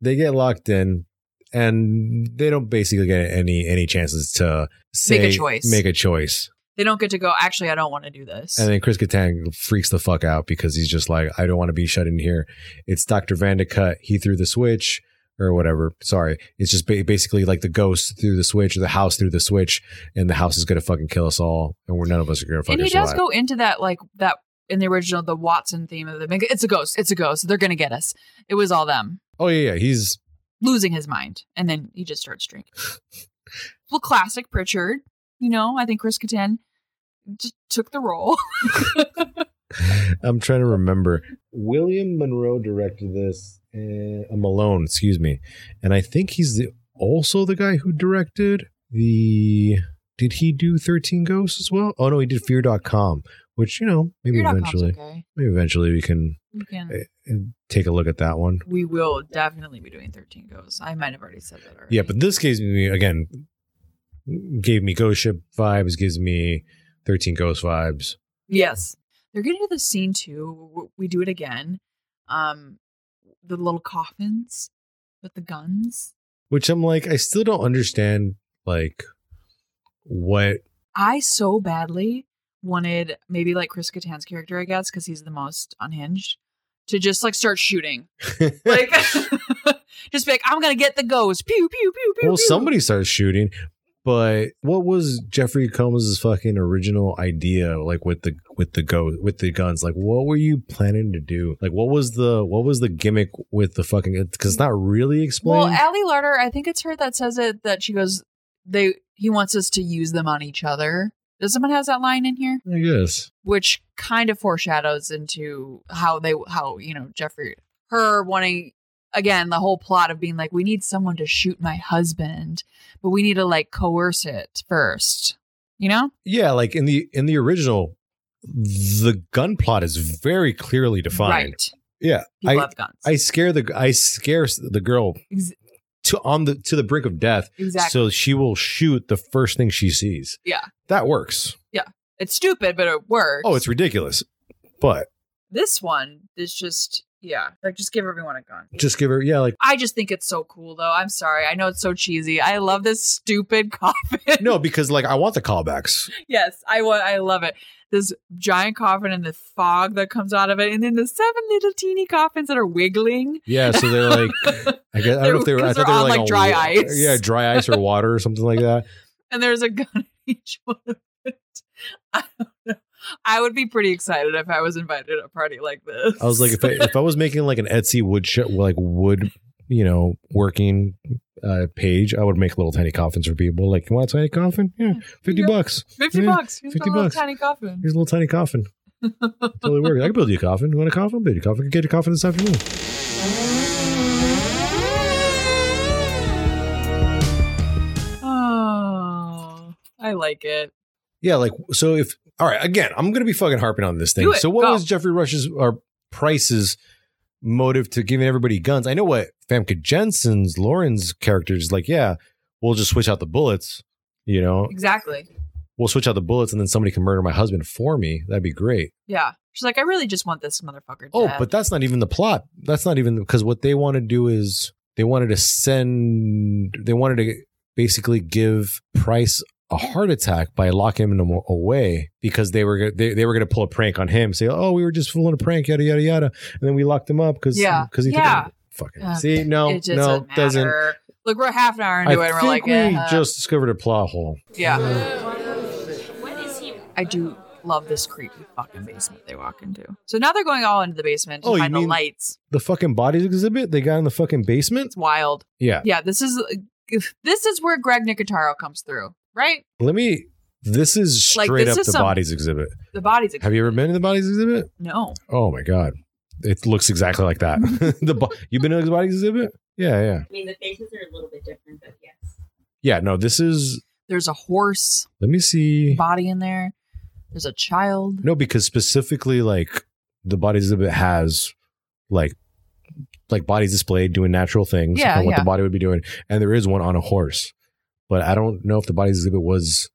they get locked in and they don't basically get any any chances to say,
Make a choice.
make a choice.
they don't get to go, actually, I don't want to do this.
And then Chris Kattan freaks the fuck out because he's just like, I don't want to be shut in here. It's Dr. Vandecut. He threw the switch or whatever. Sorry. It's just ba- basically like the ghost through the switch or the house through the switch and the house is going to fucking kill us all. And we're none of us are going to
and
fucking
he does
survive.
go into that like that in the original the watson theme of the make it's a ghost it's a ghost they're gonna get us it was all them
oh yeah. Yeah. He's,
losing his mind and then he just starts drinking well classic pritchard you know i think chris Kattan just took the role
I'm trying to remember. William Monroe directed this. Uh, Malone, excuse me, and I think he's the, also the guy who directed the. Did he do Thirteen Ghosts as well? Oh no, he did Fear.com, which you know maybe
Fear.com's
eventually,
okay
maybe eventually we can
we can
uh, take a look at that one.
we will definitely be doing 13 goes i might have already said that already.
Yeah, but this gives me again gave me Ghost Ship vibes, gives me Thirteen Ghost vibes.
Yes. They're getting to the scene too. w- We do it again. Um the little coffins with the guns.
Which I'm like, I still don't understand like what
I so badly wanted maybe like Chris Kattan's character, I guess, because he's the most unhinged, to just like start shooting. Like just be like, I'm gonna get the ghost. Pew pew pew pew.
Well,
pew.
somebody starts shooting, but what was Jeffrey Combs' fucking original idea like with the with the go with the guns? Like what were you planning to do? Like what was the what was the gimmick with the fucking cuz it's not really
Well,
explained.
Allie Larter, I think it's her that says it that she goes, They he wants us to use them on each other. Does someone has that line in here?
I guess.
which kind of foreshadows into how they how you know Jeffrey her wanting again the whole plot of being like we need someone to shoot my husband but we need to like coerce it first you know
Yeah, like in the in the original the gun plot is very clearly defined.
right
Yeah.
people
I-
have guns
I scare the I scare the girl
Ex-
to on the to the brink of death
exactly
so she will shoot the first thing she sees.
Yeah.
That works.
it's stupid but it works
Oh, it's ridiculous. Oh, But
this one is just Yeah, like just give everyone a gun.
Just give her, yeah, like,
I just think it's so cool, though. I'm sorry. I know it's so cheesy. I love this stupid coffin.
no, because like I want the callbacks.
yes, I want. I love it. This giant coffin and the fog that comes out of it, and then the seven little teeny coffins that are wiggling.
Yeah, so they're like, I guess I don't know if they were. I thought
Because they're
they were
on,
like, a
like, dry
wa-
ice.
Yeah, dry ice or water or something like that.
and there's a gun in each one of it. I don't know. I would be pretty excited if I was invited to a party like this.
I was like, if I, if I was making like an Etsy wood sh- like wood, you know, working uh, page, I would make little tiny coffins for people. Like, you want a tiny coffin? Yeah, fifty
Yeah.
bucks.
fifty
yeah,
bucks. Here's
50
my little
"Eh, bucks.
tiny coffin.
Here's a little tiny coffin. Totally works. I can build you a coffin. You want a coffin? I'll build you a coffin. I can get you a coffin this afternoon.
Oh, I like it.
Yeah, like so. If all right, again, I'm gonna be fucking harping on this thing.
Do it.
So, what
Go.
was Jeffrey Rush's or Price's motive to giving everybody guns? I know what Famke Jensen's Lauren's character is like. Yeah, we'll just switch out the bullets. You know,
Exactly.
we'll switch out the bullets, and then somebody can murder my husband for me. That'd be great.
Yeah. She's like, I really just want this motherfucker.
Oh,
dead.
but that's not even the plot. That's not even because what they want to do is they wanted to send. They wanted to basically give Price a heart attack by locking him a- away because they were go- they, they were going to pull a prank on him. Say, oh, we were just fooling a prank, yada yada yada, and then we locked him up because
Yeah.
because he took
Yeah.
it. fucking
Yeah.
see no
it just
no
doesn't matter.
doesn't.
Look, we're half an hour
I
into it,
think
and we're like,
we
eh,
just discovered a plot hole.
yeah. I do love this creepy fucking basement they walk into. So now they're going all into the basement to
Oh, you
find the
mean-
lights.
The fucking bodies exhibit they got in the fucking basement.
It's wild.
Yeah,
yeah this is this is where greg nicotero comes through right
Let me. This is
Like,
straight
this
up
is
the
some-
bodies exhibit.
the body's
Have you ever been to the bodies exhibit?
no
Oh my god, it looks exactly like that. the bo- you've been to the bodies exhibit? Yeah, yeah,
I mean, the faces are a little bit different, but yes.
yeah. No, this is.
there's a horse
Let me see.
body in there there's a child
No, because specifically, like the bodies exhibit has, like, like bodies displayed doing natural things.
Yeah,
and what
yeah.
the body would be doing, and there is one on a horse, but I don't know if the bodies exhibit was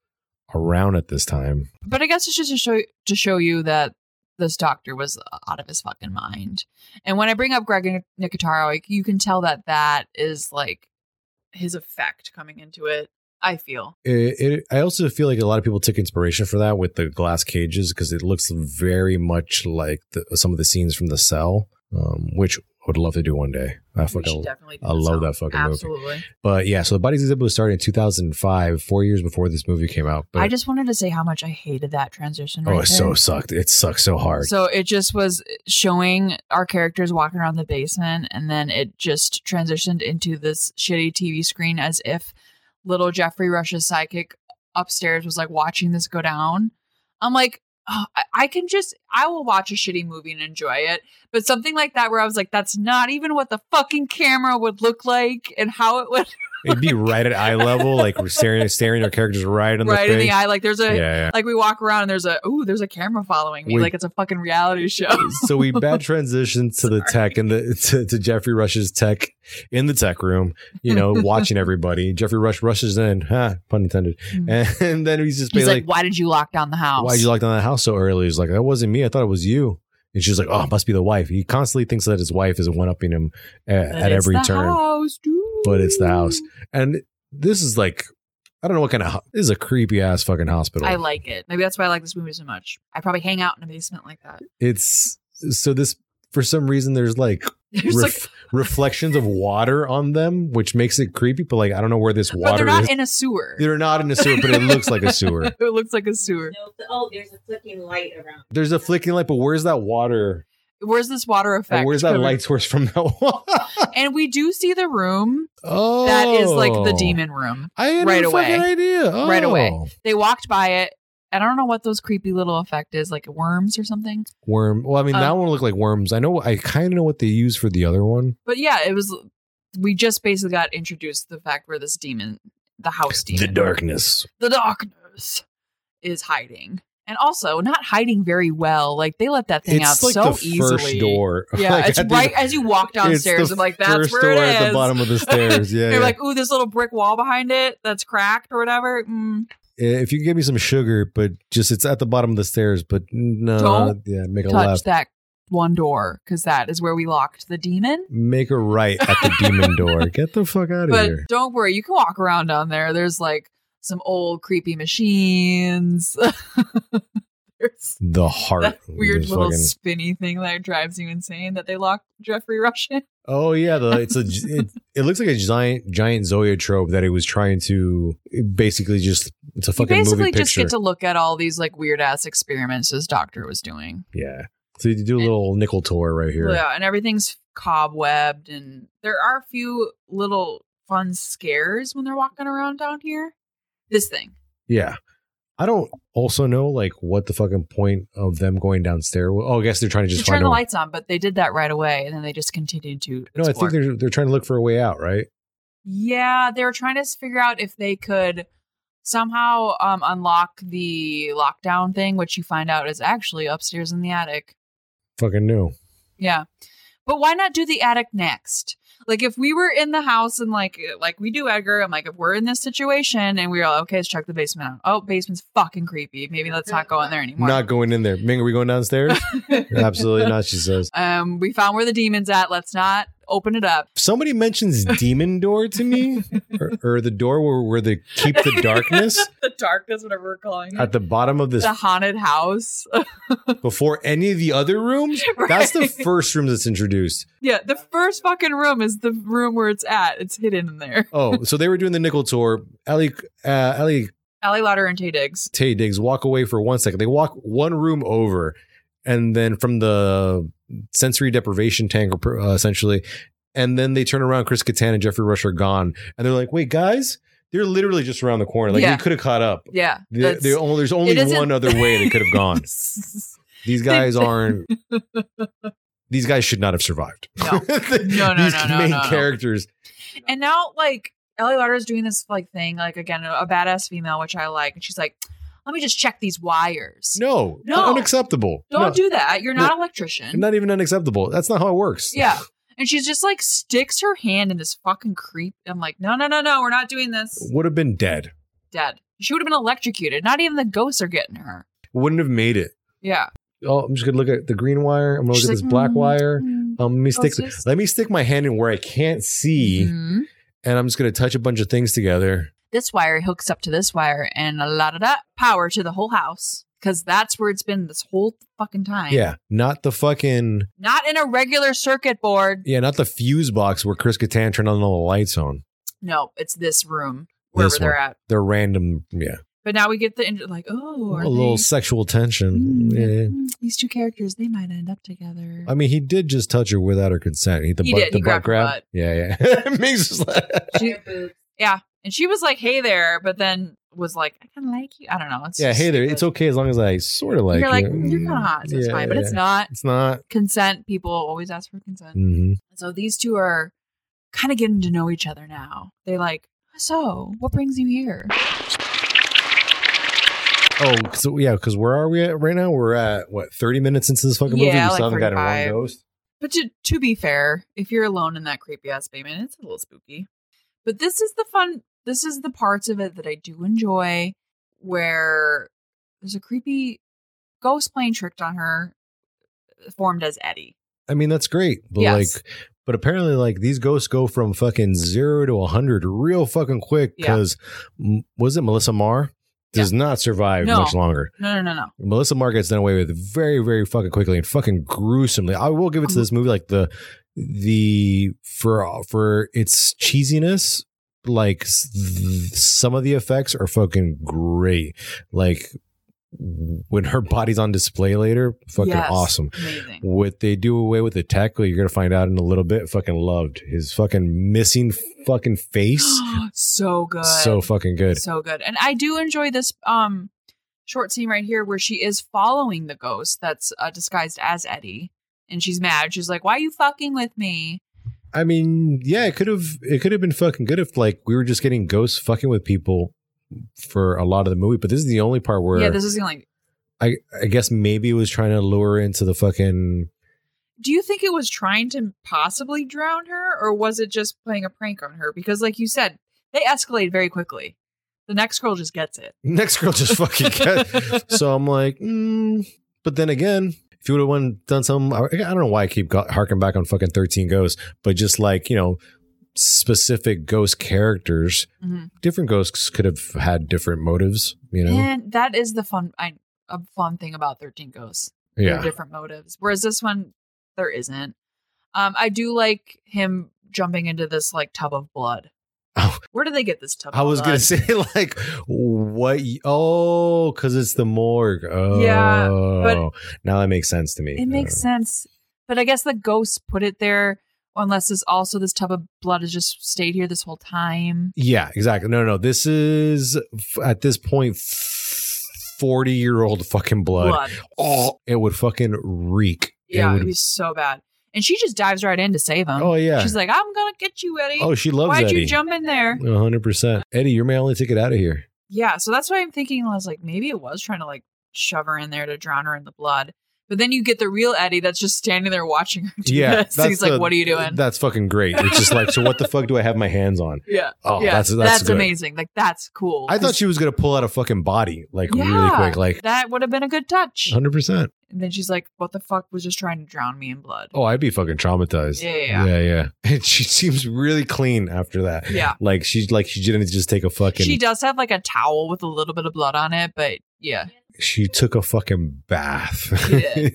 around at this time.
but i guess it's just to show to show you that this doctor was out of his fucking mind and when i bring up greg Nic- nicotero like, you can tell that that is like his effect coming into it i feel
it, it I also feel like a lot of people took inspiration for that with the glass cages because it looks very much like the, some of the scenes from the cell, um, which I would love to do one day. I
We should
fucking,
definitely do
I
this
love
song.
that fucking movie.
absolutely
but yeah, so the Bodies Exhibit was started in 2005, four years before this movie came out. But
i just wanted to say how much i hated that transition
oh,
right
it so
there.
sucked. It sucked so hard.
So it just was showing our characters walking around the basement, and then it just transitioned into this shitty TV screen as if little Jeffrey Rush's sidekick upstairs was like watching this go down. I'm like, oh, I- I can just, I will watch a shitty movie and enjoy it. But something like that, where I was like, that's not even what the fucking camera would look like and how it would
It'd be right at eye level, like we're staring, staring our characters right in the
right
face.
in the eye. Like there's
Yeah,
a,
yeah.
like we walk around and there's a, ooh, there's a camera following me.
We-
like it's a fucking reality show.
So we bad transition to the tech and the to, to Jeffrey Rush's tech in the tech room, you know, watching everybody. Jeffrey Rush rushes in, huh, pun intended. And then he's just
Mm. He's
being
like,
like,
why did you lock down the house?
Why'd you lock down that house so early? He's like, That wasn't me. I thought it was you. And she's like, Oh, it must be the wife. He constantly thinks that his wife is one upping him at,
But
at
it's
every
the
turn.
house, dude.
But it's the house. And this is like, I don't know what kind of, ho- this is a creepy ass fucking hospital.
I like it. Maybe that's why I like this movie so much. I probably hang out in a basement like that.
it's so this, for some reason, there's like,
There's
ref-
like,
reflections of water on them, which makes it creepy. But like, I don't know where this
but
water
they're not
is.
in a sewer.
they're not in a sewer, but it looks like a sewer.
it looks like a sewer.
No, the- oh, there's a flicking light around.
There's a flicking light, but where's that water?
Where's this water
And
effect?
where's that
coming-
light source from that water?
And we do see the room
Oh,
that is like the demon room.
I had
right
no fucking
away.
idea. Oh.
Right away. They walked by it. I don't know what those creepy little effect is, like worms or something.
Worm. Well, I mean, that
Um,
one looked like worms. I know. I kind of know what they use for the other one.
But yeah, it was. We just basically got introduced to the fact where this demon, the house demon,
darkness.
the darkness is hiding and also not hiding very well like they let that thing out
It's like
so
the
easily
first door.
yeah
Like,
it's
I think
right as you walk
it's
downstairs
the
i'm like that's
first
where
door
it is
at the bottom of the stairs. Yeah.
you're
yeah.
like ooh this little brick wall behind it that's cracked or whatever mm,
Eh, if you could give me some sugar, but just it's at the bottom of the stairs. But no,
Don't
yeah, make a
touch
left.
that one door because that is where we locked the demon.
Make a right at the demon door. Get the fuck out of
But
here.
don't worry, you can walk around down there. There's like some old creepy machines. There's
The heart.
that weird
This
little
fucking-
spinny thing that drives you insane that they locked Jeffrey Rush in.
Oh yeah, the it's a it, it looks like a giant giant zoetrope that it was trying to it basically just it's a
You
fucking
basically
movie
just
picture.
get to look at all these like weird ass experiments this doctor was doing.
yeah. So you do a little nickel tour right here.
Yeah, and everything's cobwebbed, and there are a few little fun scares when they're walking around down here. This thing.
Yeah. I don't also know like what the fucking point of them going down stair. Oh, I guess they're trying to
They
just
turned
find
the
a
lights on, but they did that right away, and then they just continued to.
No, I think
explore.
they're they're trying to look for a way out, right?
Yeah, they were trying to figure out if they could somehow um, unlock the lockdown thing, which you find out is actually upstairs in the attic.
Fucking new.
Yeah. But why not do the attic next? Like if we were in the house and like eh, like we do Edgar, I'm like if we're in this situation and we are like, okay, let's check the basement out. Oh, basement's fucking creepy. Maybe let's not go in there anymore.
Not going in there. Ming, are we going downstairs? Absolutely not, she says.
um, we found where the demon's at. Let's not open it up.
Somebody mentions demon door to me, or, or the door where, where they keep the darkness
the darkness, whatever we're calling it.
at the bottom of this
the haunted house.
before any of the other rooms. That's the
Right.
first room that's introduced.
Yeah, the first fucking room is the room where it's at. It's hidden in there.
Oh, so they were doing the nickel tour. Ali, uh, Ali
Allie Lauder and Tay Diggs.
Tay Diggs walk away for one second. They walk one room over, and then from the sensory deprivation tank, uh, essentially, and then they turn around. Chris Kattan and Jeffrey Rush are gone, and they're like, "Wait, guys." They're literally just around the corner. Like
Yeah.
we could have caught up.
Yeah.
There-
that's-
there only- there's only
it isn't-
one other way they could have gone. These guys aren't. these guys should not have survived.
No.
The-
No, no,
these
no, no,
main
no, no.
characters.
And now, like, Ellie Lauder is doing this, like, thing, like, again, a badass female, which I like. And she's like, let me just check these wires.
No,
No.
unacceptable.
Don't
No,
do that. You're not an electrician.
Not even unacceptable. That's not how it works.
yeah. And she's just like, sticks her hand in this fucking creep. I'm like, no, no, no, no. We're not doing this.
Would have been dead.
Dead. She would have been electrocuted. Not even the ghosts are getting her.
Wouldn't have made it.
Yeah.
Oh, I'm just gonna look at the green wire. I'm gonna look
She's
at this black
"Mm,
wire.
mm,
Um, let me stick.
Oh, sis.
Let me stick my hand in where I can't see,
mm."
and I'm just gonna touch a bunch of things together.
this wire hooks up to this wire and a lot of that power to the whole house because that's where it's been this whole fucking time.
Yeah, not the fucking.
Not in a regular circuit board.
Yeah, not the fuse box where Chris Kattan turned on all the lights on.
No, it's this room, wherever
This
they're at.
They're random. Yeah,
But now we get the, int- like, oh, are
a little
they-
sexual tension.
Hmm,
Yeah.
mm, these two characters, they might end up together.
I mean, he did just touch her without her consent. He, the
He
butt,
did.
The
He
butt
grabbed her
grab.
butt.
Yeah, yeah. Ming's just like,
She-
Their boobs.
and she was like, hey there, but then was like, I kind of like you. I don't know. It's
yeah,
just-
hey there. It's okay as long as I sort of like
you're like,
you.
"Mm, you're kind of hot, so it's
Yeah,
fine, but
yeah.
it's not Mm-hmm.
It's not.
consent. People always ask for consent.
hmm
So these two are kind of getting to know each other now. They like, so what brings you here?
Oh, so yeah, because where are we at right now? We're at what thirty minutes into this fucking movie.
Yeah,
we
like
still haven't gotten one
35.
ghost.
But to, to be fair, if you're alone in that creepy ass basement, it's a little spooky. But this is the fun. This is the parts of it that I do enjoy, where there's a creepy ghost playing tricked on her, uh, formed as Eddie.
I mean, that's great, but
Yes.
like, but apparently, like these ghosts go from fucking zero to hundred real fucking quick.
Yeah.
Because was it Melissa Marr? Does not survive
No.
much longer.
No, no, no, no.
Melissa Marr gets done away with very, very fucking quickly and fucking gruesomely. I will give it to this movie like the the for for its cheesiness. Like s- th- some of the effects are fucking great. Like when her body's on display later, fucking
Yes.
awesome.
Amazing.
What they do away with the tackle, you're gonna find out in a little bit. Fucking loved his fucking missing fucking face.
so good.
So fucking good.
So good. And I do enjoy this um short scene right here where she is following the ghost that's uh, disguised as Eddie and she's mad. She's like, "Why you fucking with me?"
I mean, yeah, it could have it could have been fucking good if like we were just getting ghosts fucking with people for a lot of the movie, but this is the only part where
yeah, this is the only
I I guess maybe it was trying to lure into the fucking
Do you think it was trying to possibly drown her or was it just playing a prank on her because like you said, they escalate very quickly. The next girl just gets it.
next girl just fucking cat. so I'm like, mm. but then again, if If you would have won done some, I I don't know why I keep go- harking back on fucking thirteen ghosts, but just like you know, specific ghost characters,
Mhm.
different ghosts could have had different motives. You know,
And that is the fun I, a fun thing about 13 Ghosts. There are
yeah,
different motives. Whereas this one, there isn't. Um, I do like him jumping into this like tub of blood.
Oh.
Where do they get this tub?
I
of
was gonna
blood?
say like what? y- Oh, because it's the morgue. Oh,
Yeah, but-
now that makes sense to me.
It makes sense. But I guess the ghost put it there, unless it's also this tub of blood has just stayed here this whole time.
Yeah, exactly. No, no, this is f- at this point. 40 year old fucking blood. Oh, it would fucking reek. It
Yeah,
would
it would be so bad. And she just dives right in to save him.
Oh yeah.
She's like, I'm going to get you, Eddie.
oh, she loves
Why'd
Eddie.
you jump in there?
One hundred percent. Eddie, you're my only ticket out of here.
Yeah. So that's why I'm thinking, I was like, maybe it was trying to like shove her in there to drown her in the blood. But then you get the real Eddie that's just standing there watching her do
Yeah,
this. He's like,
the-
what are you doing?
That's fucking great. It's just like, so what the fuck do I have my hands on?
yeah.
Oh,
yeah.
that's that's, good.
amazing. Like, that's cool.
I thought she was gonna pull out a fucking body like really
Yeah.
quick, like
that would have been a good touch.
hundred percent.
And then she's like, "What the fuck was just trying to drown me in blood?"
Oh, I'd be fucking traumatized.
Yeah, yeah,
yeah. And she seems really clean after that.
Yeah.
like she's like she didn't just take a fucking.
She
She,
does have like a towel with a little bit of blood on it, but yeah.
took a fucking bath.
She did.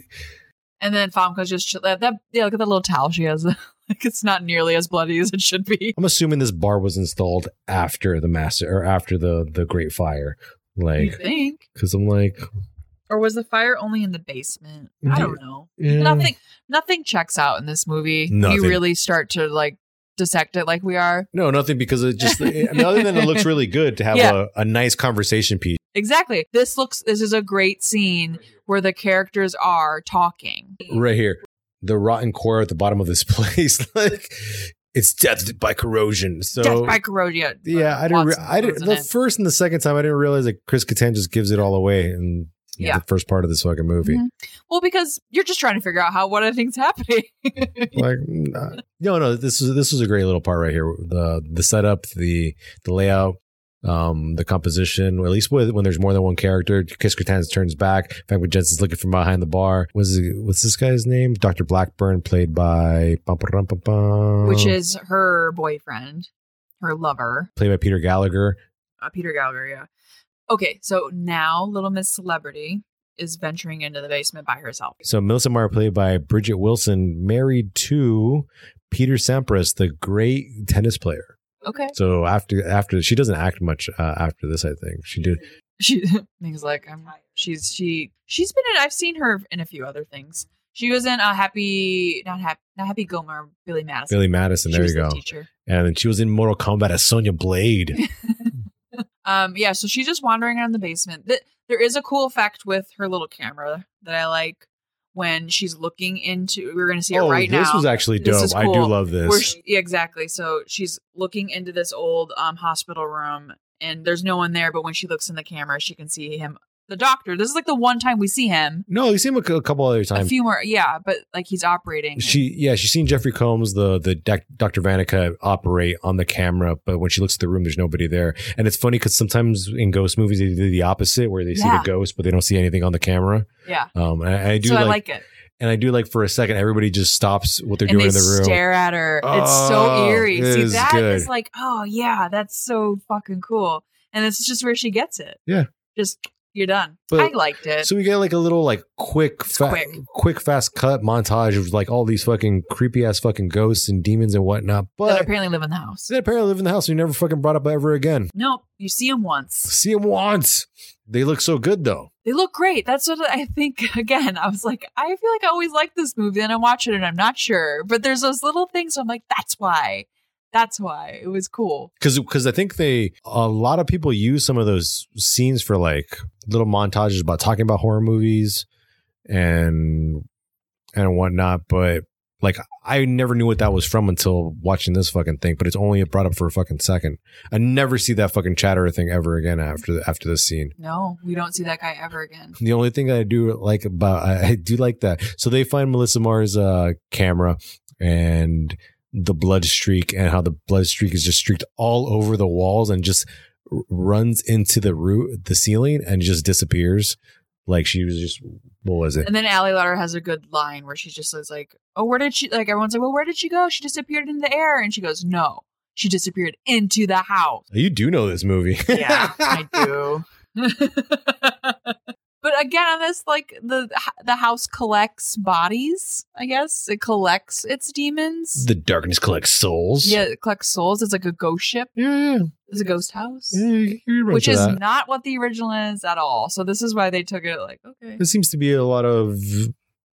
And then Famka's just chill- that, that yeah, look at that little towel she has. like it's not nearly as bloody as it should be.
I'm assuming this bar was installed after the master or after the the Great Fire,
You
like
think?
because I'm like,
Or was the fire only in the basement? I don't know.
Mm-hmm. yeah.
Nothing nothing checks out in this movie.
Nothing.
You really start to like dissect it like we are.
No, nothing because it just. I mean, other than it looks really good to have
Yeah.
a, a nice conversation piece.
Exactly. This looks this is a great scene where the characters are talking.
right here. The rotten core at the bottom of this place, like it's death by corrosion. So
Death by corrosion.
yeah, I didn't. Re-
Watson
I didn't.
wasn't
The
it?
first and the second time, I didn't realize that Chris Kattan just gives it all away in
Yeah.
the first part of this fucking movie.
Mhm. Well, because you're just trying to figure out how what other things happening.
Like, nah. no, no, this was this was a great little part right here. The the setup, the the layout. Um, the composition, or at least with when there's more than one character, Chris Kattan turns back. In fact, when Jensen's looking from behind the bar, was what's this guy's name? Doctor Blackburn, played by
Which
which
is her boyfriend, her lover,
played by Peter Gallagher.
uh, Peter Gallagher. Yeah. Okay, so now Little Miss Celebrity is venturing into the basement by herself.
So Melissa Meyer, played by Bridget Wilson, married to Peter Sampras, the great tennis player.
Okay.
So after after she doesn't act much uh, after this, I think she did.
She he's like, I'm, she's she she's been in. I've seen her in a few other things. She was in a happy, not happy, not happy Gilmore, Billy Madison.
Billy Madison,
She
there
was
you
the
go.
Teacher.
And then she was in Mortal Kombat as Sonya Blade.
Um, yeah, so she's just wandering around the basement. Th- there is a cool effect with her little camera that I like when she's looking into. We're gonna see it right
Oh, this
now.
was actually
This
dope.
is
I do
cool.
love
where
this.
she, yeah, exactly. So she's looking into this old um hospital room, and there's no one there. But when she looks in the camera, she can see him, the doctor. This is like the one time we see him.
No, you see him a, cou- a couple other
A
times.
few more, yeah, but like he's operating. and-
She yeah, she's seen Jeffrey Combs, the the doc, Dr. Vanica operate on the camera, but when she looks at the room, there's nobody there. And it's funny because sometimes in ghost movies they do the opposite, where they see
Yeah.
the ghost but they don't see anything on the camera.
yeah.
Um, and I, I do
so
like,
I like it.
and I do like for a second everybody just stops what they're
and
doing
they
in the room.
stare at her. it's
Oh,
so eerie.
it
See,
is
that is
good.
like, oh yeah, that's so fucking cool. And this is just where she gets it.
Yeah.
Just you're done.
But-
I liked it.
So we get like a little like quick, fa-
quick.
quick, fast cut montage of like all these fucking creepy ass fucking ghosts and demons and whatnot.
that
But
apparently live in the house.
they apparently live in the house. and You never fucking brought up ever again.
Nope. You see them once.
See them once. They look so good though.
They look great. That's what I think. Again, I was like, I feel like I always like this movie, and I watch it, and I'm not sure. But there's those little things. I'm like, that's why. That's why it was cool.
because because I think they a lot of people use some of those scenes for like little montages about talking about horror movies and and whatnot. But like I never knew what that was from until watching this fucking thing. But it's only brought up for a fucking second. I never see that fucking chatterer thing ever again after after this scene.
No, we don't see that guy ever again.
The only thing I do like about I, I do like that. So they find Melissa Mars' uh, camera and the blood streak and how the blood streak is just streaked all over the walls and just r- runs into the root the ceiling and just disappears. Like she was just what was it?
And then Allie Lauder has a good line where she just is like, "Oh, where did she?" Like everyone's like, "Well, where did she go? She disappeared in the air," and she goes, "No, she disappeared into the house."
Oh, You do know this movie.
Yeah, I do. but again, on this, like the the house collects bodies. I guess it collects its demons.
The darkness collects souls.
yeah, it collects souls. It's like a ghost ship.
Yeah,
It's a ghost house,
yeah, yeah, you're right
which
to
is
that.
not what the original is at all. So this is why they took it like okay.
there seems to be a lot of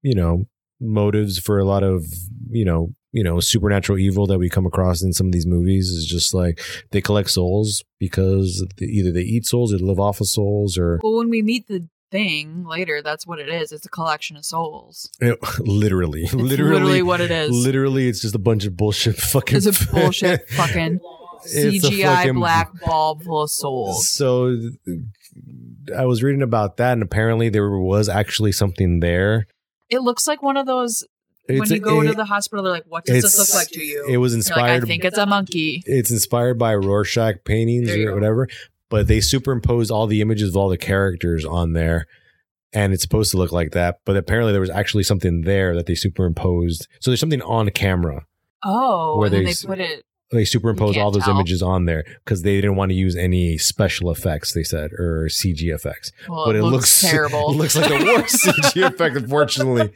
you know motives for a lot of you know you know supernatural evil that we come across in some of these movies is just like they collect souls because they, either they eat souls or live off of souls or
Well, when we meet the thing later, that's what it is. It's a collection of souls.
literally
It's
literally
literally what it is.
literally it's just a bunch of bullshit fucking
It's a bullshit fucking
It's a
CGI
fucking-
black bulb full of souls.
So I was reading about that, and apparently there was actually something there.
It looks like one of those when you go
it,
into the hospital. They're like, "What does this
it's-
look like to you?"
It was
You're like,
inspired.
I think it's a monkey.
it's inspired by Rorschach paintings
There you
or
go.
whatever, but they superimposed all the images of all the characters on there. And it's supposed to look like that, but apparently there was actually something there that they superimposed. So there's something on camera.
Oh,
Where
and then
they
they
s-
put it.
They superimposed
can't
all those
tell.
images on there because they didn't want to use any special effects, they said, or CG effects.
Well,
but
it,
it
looks,
looks-
terrible.
It looks like the worst CG effect, unfortunately.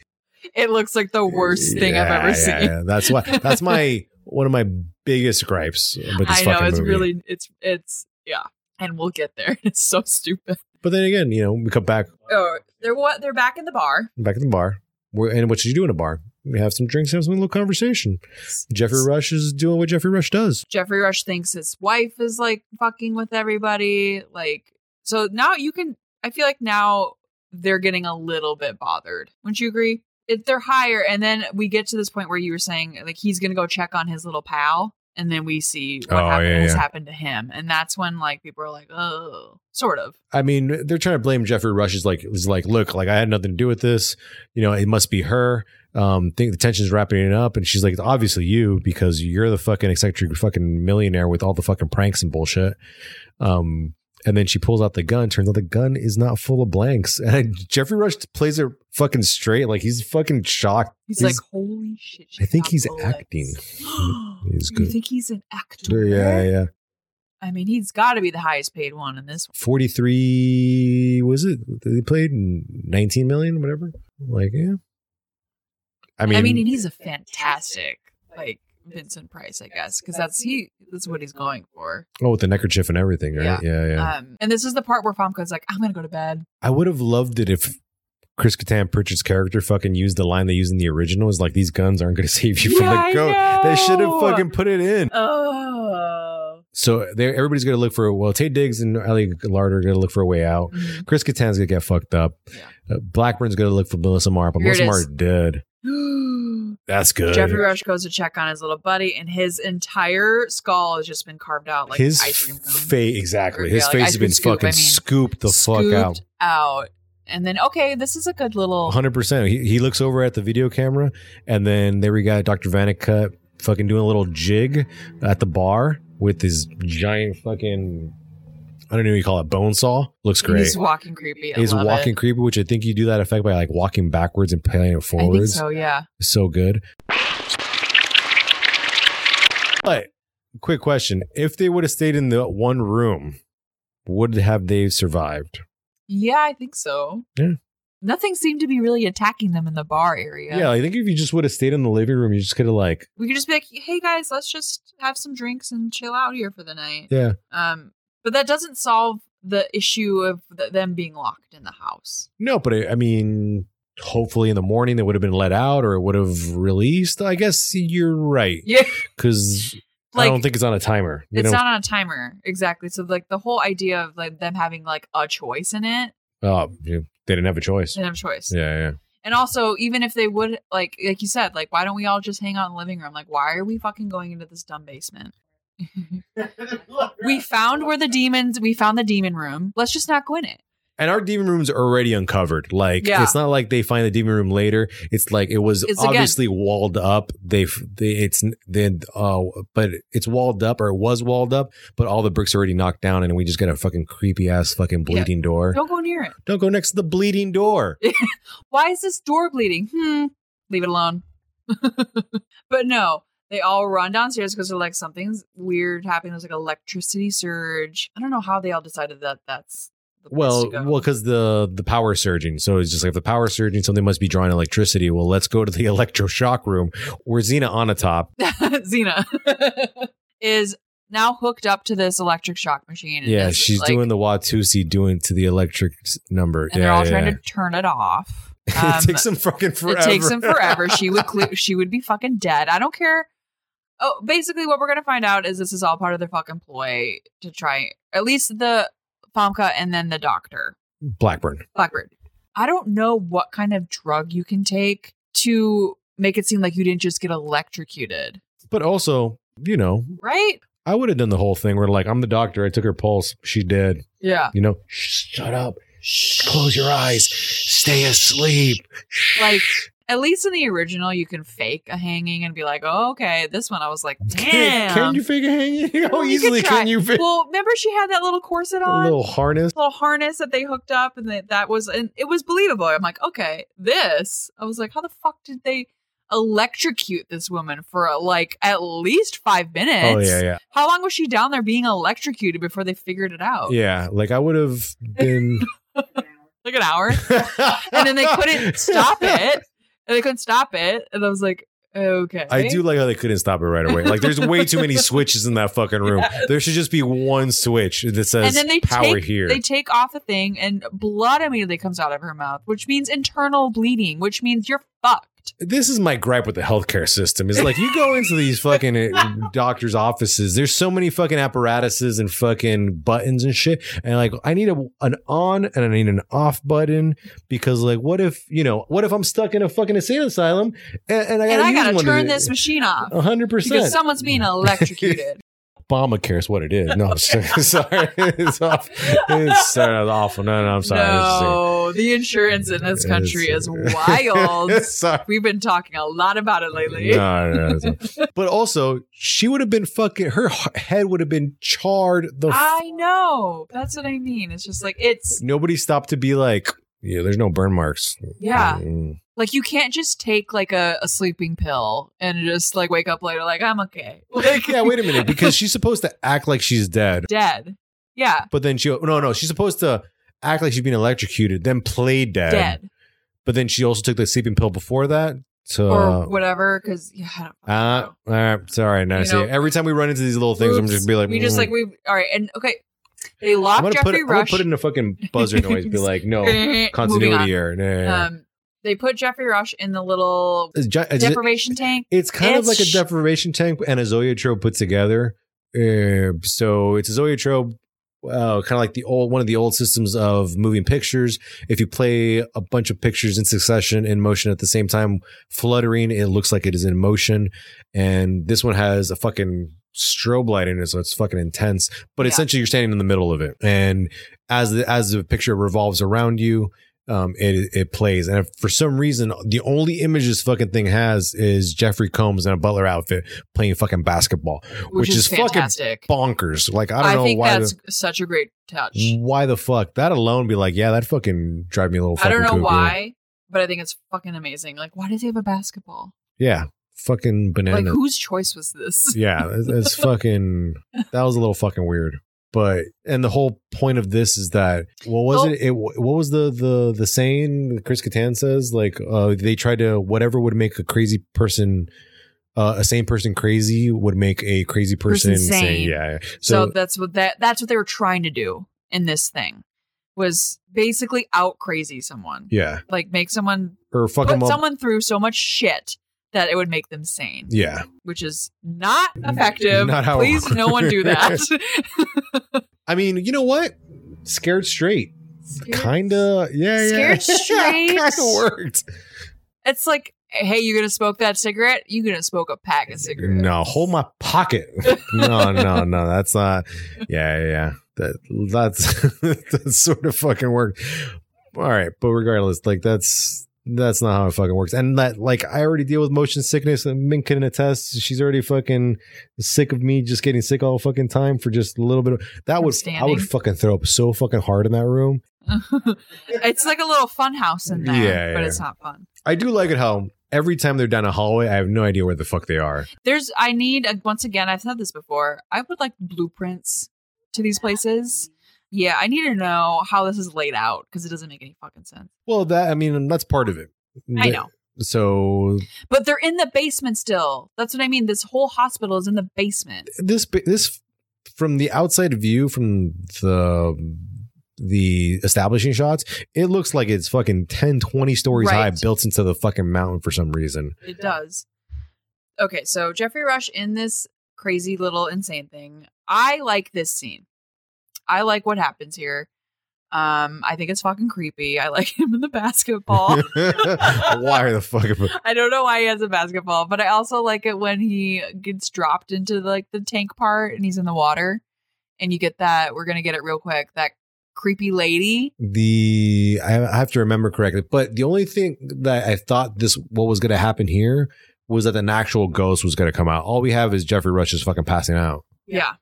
It looks like the worst thing I've ever
Yeah,
seen.
yeah, yeah. That's why. That's my one of my biggest gripes with this
I know
fucking
it's
movie.
really it's it's yeah, and we'll get there. It's so stupid.
but then again, you know, we come back
Oh, they're what? They're back in the bar.
back at the bar. We're, and what should you do in a bar? We have some drinks, have some little conversation. Jeffrey Rush is doing what Jeffrey Rush does.
Jeffrey Rush thinks his wife is like fucking with everybody. Like, so now you can, I feel like now they're getting a little bit bothered. Wouldn't you agree? If they're higher, and then we get to this point where you were saying, like, he's going to go check on his little pal, and then we see what
Oh,
happened,
yeah,
has
yeah.
happened to him. And that's when, like, people are like, oh, sort of.
I mean, they're trying to blame Jeffrey Rush. Is like, is like, look, like I had nothing to do with this. You know, it must be her. Um, think the tension's wrapping it up, and she's like, it's obviously you because you're the fucking eccentric fucking millionaire with all the fucking pranks and bullshit. Um, and then she pulls out the gun. Turns out the gun is not full of blanks. And Jeffrey Rush plays it fucking straight. Like he's fucking shocked.
He's,
He's-
like, holy shit.
I think
she's
he's
got
acting.
bullets."
He's
You
good.
think he's an actor?
Yeah, yeah.
I mean, he's got to be the highest paid one in this
43 was it they played 19 million whatever like yeah i mean,
I mean, and he's a fantastic like Vincent Price, I guess, because that's he. That's what he's going for.
oh with the neckerchief and everything right yeah yeah,
Um, and this is the part where Famka's like, "I'm gonna go to bed."
i would have loved it if chris Kattan pritchard's character fucking used the line they used in the original is like these guns aren't going to save you from
Yeah, I
the goat they should have
know.
fucking put it in
Oh,
so there everybody's going to look for well tay diggs and ali larder are going to look for a way out
Mm-hmm.
chris Kattan's going to get fucked up Uh, blackburn's going to look for melissa marr but
Here it
melissa marr
is.
dead that's good
Jeffrey Rush goes to check on his little buddy, and his entire skull has just been carved out like
his
ice cream cone.
face exactly
Or,
his
yeah, like
face
ice
has been
cream scoop,
fucking
I mean.
scooped the
Scooped
fuck out
out. And then, okay, this is a good little.
100% he, he looks over at the video camera and then there we got dr vanicut fucking doing a little jig at the bar with his giant fucking i don't know what you call it bone saw looks great
He's walking creepy. I
He's
love it.
walking creepy, which I think you do that effect by like walking backwards and playing it
I think
forwards.
so. Yeah.
so good. But quick question: If they would have stayed in the one room, would have they survived?
Yeah, I think so.
Yeah.
Nothing seemed to be really attacking them in the bar area.
Yeah. I think if you just would have stayed in the living room, you just could have like,
we could just be like, "Hey guys, let's just have some drinks and chill out here for the night."
yeah,
Um, but that doesn't solve the issue of th- them being locked in the house.
no. But I, I mean, hopefully in the morning they would have been let out or it would have released. I guess you're right
Yeah,
because
like
I don't think it's on a timer. You
it's
know,
not on a timer exactly. So like the whole idea of like them having like a choice in it,
oh, yeah, they didn't have a choice.
they didn't have a choice.
Yeah, yeah.
And also, even if they would like, like you said, like why don't we all just hang out in the living room? Like, why are we fucking going into this dumb basement?
Look,
we found where the demons. We found the demon room. Let's just not go in it.
And our demon room's already uncovered. Like
Yeah.
it's not like they find the demon room later. It's like it was
It's again-
obviously walled up. They've they, it's then uh but it's walled up or it was walled up, but all the bricks are already knocked down and we just got a fucking creepy ass fucking
Yeah.
bleeding door.
Don't go near it.
Don't go next to the bleeding door.
Why is this door bleeding? Hmm. Leave it alone. but no, they all run downstairs because they're like something's weird happening. There's like electricity surge. I don't know how they all decided that that's the place
Well,
to go.
well, because the the power surging. So it's just like if the power surging, something must be drawing electricity. Well, let's go to the electroshock room where Xena on a top.
Xena is now hooked up to this electric shock machine. and
Yeah,
is,
she's
like-
doing the Watusi doing to the electric s- number.
and
yeah,
they're all
yeah,
trying
yeah.
to turn it off.
it takes them fucking forever.
Um, It takes him forever. She would cle- she would be fucking dead. I don't care. Oh, basically, what we're gonna find out is this is all part of their fucking ploy to try at least the Pomka and then the doctor
Blackburn.
Blackbird. I don't know what kind of drug you can take to make it seem like you didn't just get electrocuted,
But also, you know,
right?
I would have done the whole thing where like I'm the doctor. I took her pulse. She dead.
Yeah,
You know, shut up. Close your eyes. Stay asleep.
like. At least in the original, you can fake a hanging and be like, "Oh, okay." This one, I was like,
Can,
"Damn."
can you fake a hanging? How
You can
easily
try.
can you fake
well, remember she had that little corset
a
on.
little harness?
little harness that they hooked up and that that was and it was believable i'm like okay this i was like how the fuck did they electrocute this woman for like at least five minutes
Oh yeah, yeah.
how long was she down there being electrocuted before they figured it out
Yeah, like I would have been.
like an hour and then they couldn't stop it and they couldn't stop it and i was like okay
I do like how they couldn't stop it right away. Like, there's way too many switches in that fucking room. There should just be one switch that says
and then they
"power
take,
here."
They take off the thing, and blood immediately comes out of her mouth, which means internal bleeding, which means you're fucked.
this is my gripe with the healthcare system. Is like you go into these fucking uh, doctors' offices. There's so many fucking apparatuses and fucking buttons and shit. And like, I need a, an on and I need an off button because, like, what if you know? What if I'm stuck in a fucking insane asylum and, and I gotta,
and I
use
gotta
one
turn this machine off.
hundred percent.
because someone's being electrocuted.
Obamacare is what it is. No, I'm sorry. sorry. It's off. It's sorry, that was awful. No, no, I'm sorry.
No, the insurance in this country is wild.
sorry.
We've been talking a lot about it lately.
No, no, no, it's- But also, she would have been fucking. Her h- head would have been charred. The f-
I know. That's what I mean. It's just like it's
nobody stopped to be like, yeah, there's no burn marks.
yeah.
Mm.
Like you can't just take like a, a sleeping pill and just like wake up later like I'm okay. Like
Yeah, wait a minute, because she's supposed to act like she's dead,
dead. Yeah.
but then she no, no, she's supposed to act like she's being electrocuted, then play dead.
Dead
But then she also took the sleeping pill before that. So
or whatever, because yeah, I don't fucking
Uh,
know.
all right, sorry. Now
You
see,
know,
every time we run into these little things, I'm
Oops.
just be like,
we just
mm.
like we all right and okay. They
I'm
locked
gonna put
Jeffrey
it, I'm gonna
Rush.
put it in a fucking buzzer noise. Be like, no
Moving on.
continuity error. Nah, nah, nah.
Um, they put Jeffrey Rush in the little
It's ju- it's,
deprivation tank.
it's kind of
it's
like a
sh-
deprivation tank and a zoetrope put together. Uh, so it's a zoetrope. Uh, kind of like the old one of the old systems of moving pictures. If you play a bunch of pictures in succession in motion at the same time, fluttering, it looks like it is in motion. And this one has a fucking strobe light in it, so it's fucking intense. But
Yeah.
essentially, you're standing in the middle of it, and as the, as the picture revolves around you, um, it it plays. And if for some reason, the only image this fucking thing has is Jeffrey Combs in a Butler outfit playing fucking basketball, which
which, is,
is fucking
fantastic.
bonkers. Like I
I,
don't know
think
why.
that's
The,
such a great touch.
why the fuck that alone be like yeah that fucking drive me a little
I
fucking
don't know
cuckoo.
why, but I think it's fucking amazing. Like, why does he have a basketball?
yeah fucking
like,
banana
whose choice was this?
yeah, that's, that's fucking. That was a little fucking weird. But and the whole point of this is that what was
Oh.
it? it? What was the the the saying that Chris Kattan says? Like uh, they tried to whatever would make a crazy person, uh, a sane person crazy would make a crazy person,
Person
sane.
sane.
Yeah.
So,
So,
that's what that that's what they were trying to do in this thing was basically out crazy someone,
yeah,
like make someone
or fuck
put
them up.
someone through so much shit that it would make them sane,
yeah,
which is not effective.
Not how it
Please, no one do that.
I mean, you know what? Scared straight, kinda. Yeah, yeah.
Scared straight?
kind of worked.
It's like, hey, you gonna smoke that cigarette? You gonna smoke a pack of cigarettes?
No, hold my pocket. no, no, no. That's not. Yeah, yeah, yeah. that that's that's sort of fucking work. All right, but regardless, like that's that's not how it fucking works. And that like I already deal with motion sickness. And Min couldn't attest. She's already fucking sick of me just getting sick all fucking time for just a little bit. Of, that
From
would I
standing.
would fucking throw up so fucking hard in that room.
it's like a little fun house in there,
Yeah,
but
yeah.
it's not fun.
I do like it how every time they're down a hallway, I have no idea where the fuck they are.
There's, I need, uh, once again, I've said this before, I would like blueprints to these places. Yeah, I need to know how this is laid out because it doesn't make any fucking sense.
Well, that I mean, that's part of it.
I know.
So
But they're in the basement still. That's what I mean. This whole hospital is in the basement.
this this from the outside view from the the establishing shots, it looks like it's fucking 10, 20 stories
Right.
high built into the fucking mountain for some reason.
It does. Okay, so Jeffrey Rush in this crazy little insane thing. I like this scene. I like what happens here. Um, I think it's fucking creepy. I like him in the basketball.
Why the fuck?
I don't know why he has a basketball, but I also like it when he gets dropped into like the tank part and he's in the water, and you get that. We're gonna get it real quick. That creepy lady.
the I I have to remember correctly, but the only thing that I thought this what was going to happen here was that an actual ghost was going to come out. All we have is Jeffrey Rush is fucking passing out
Yeah,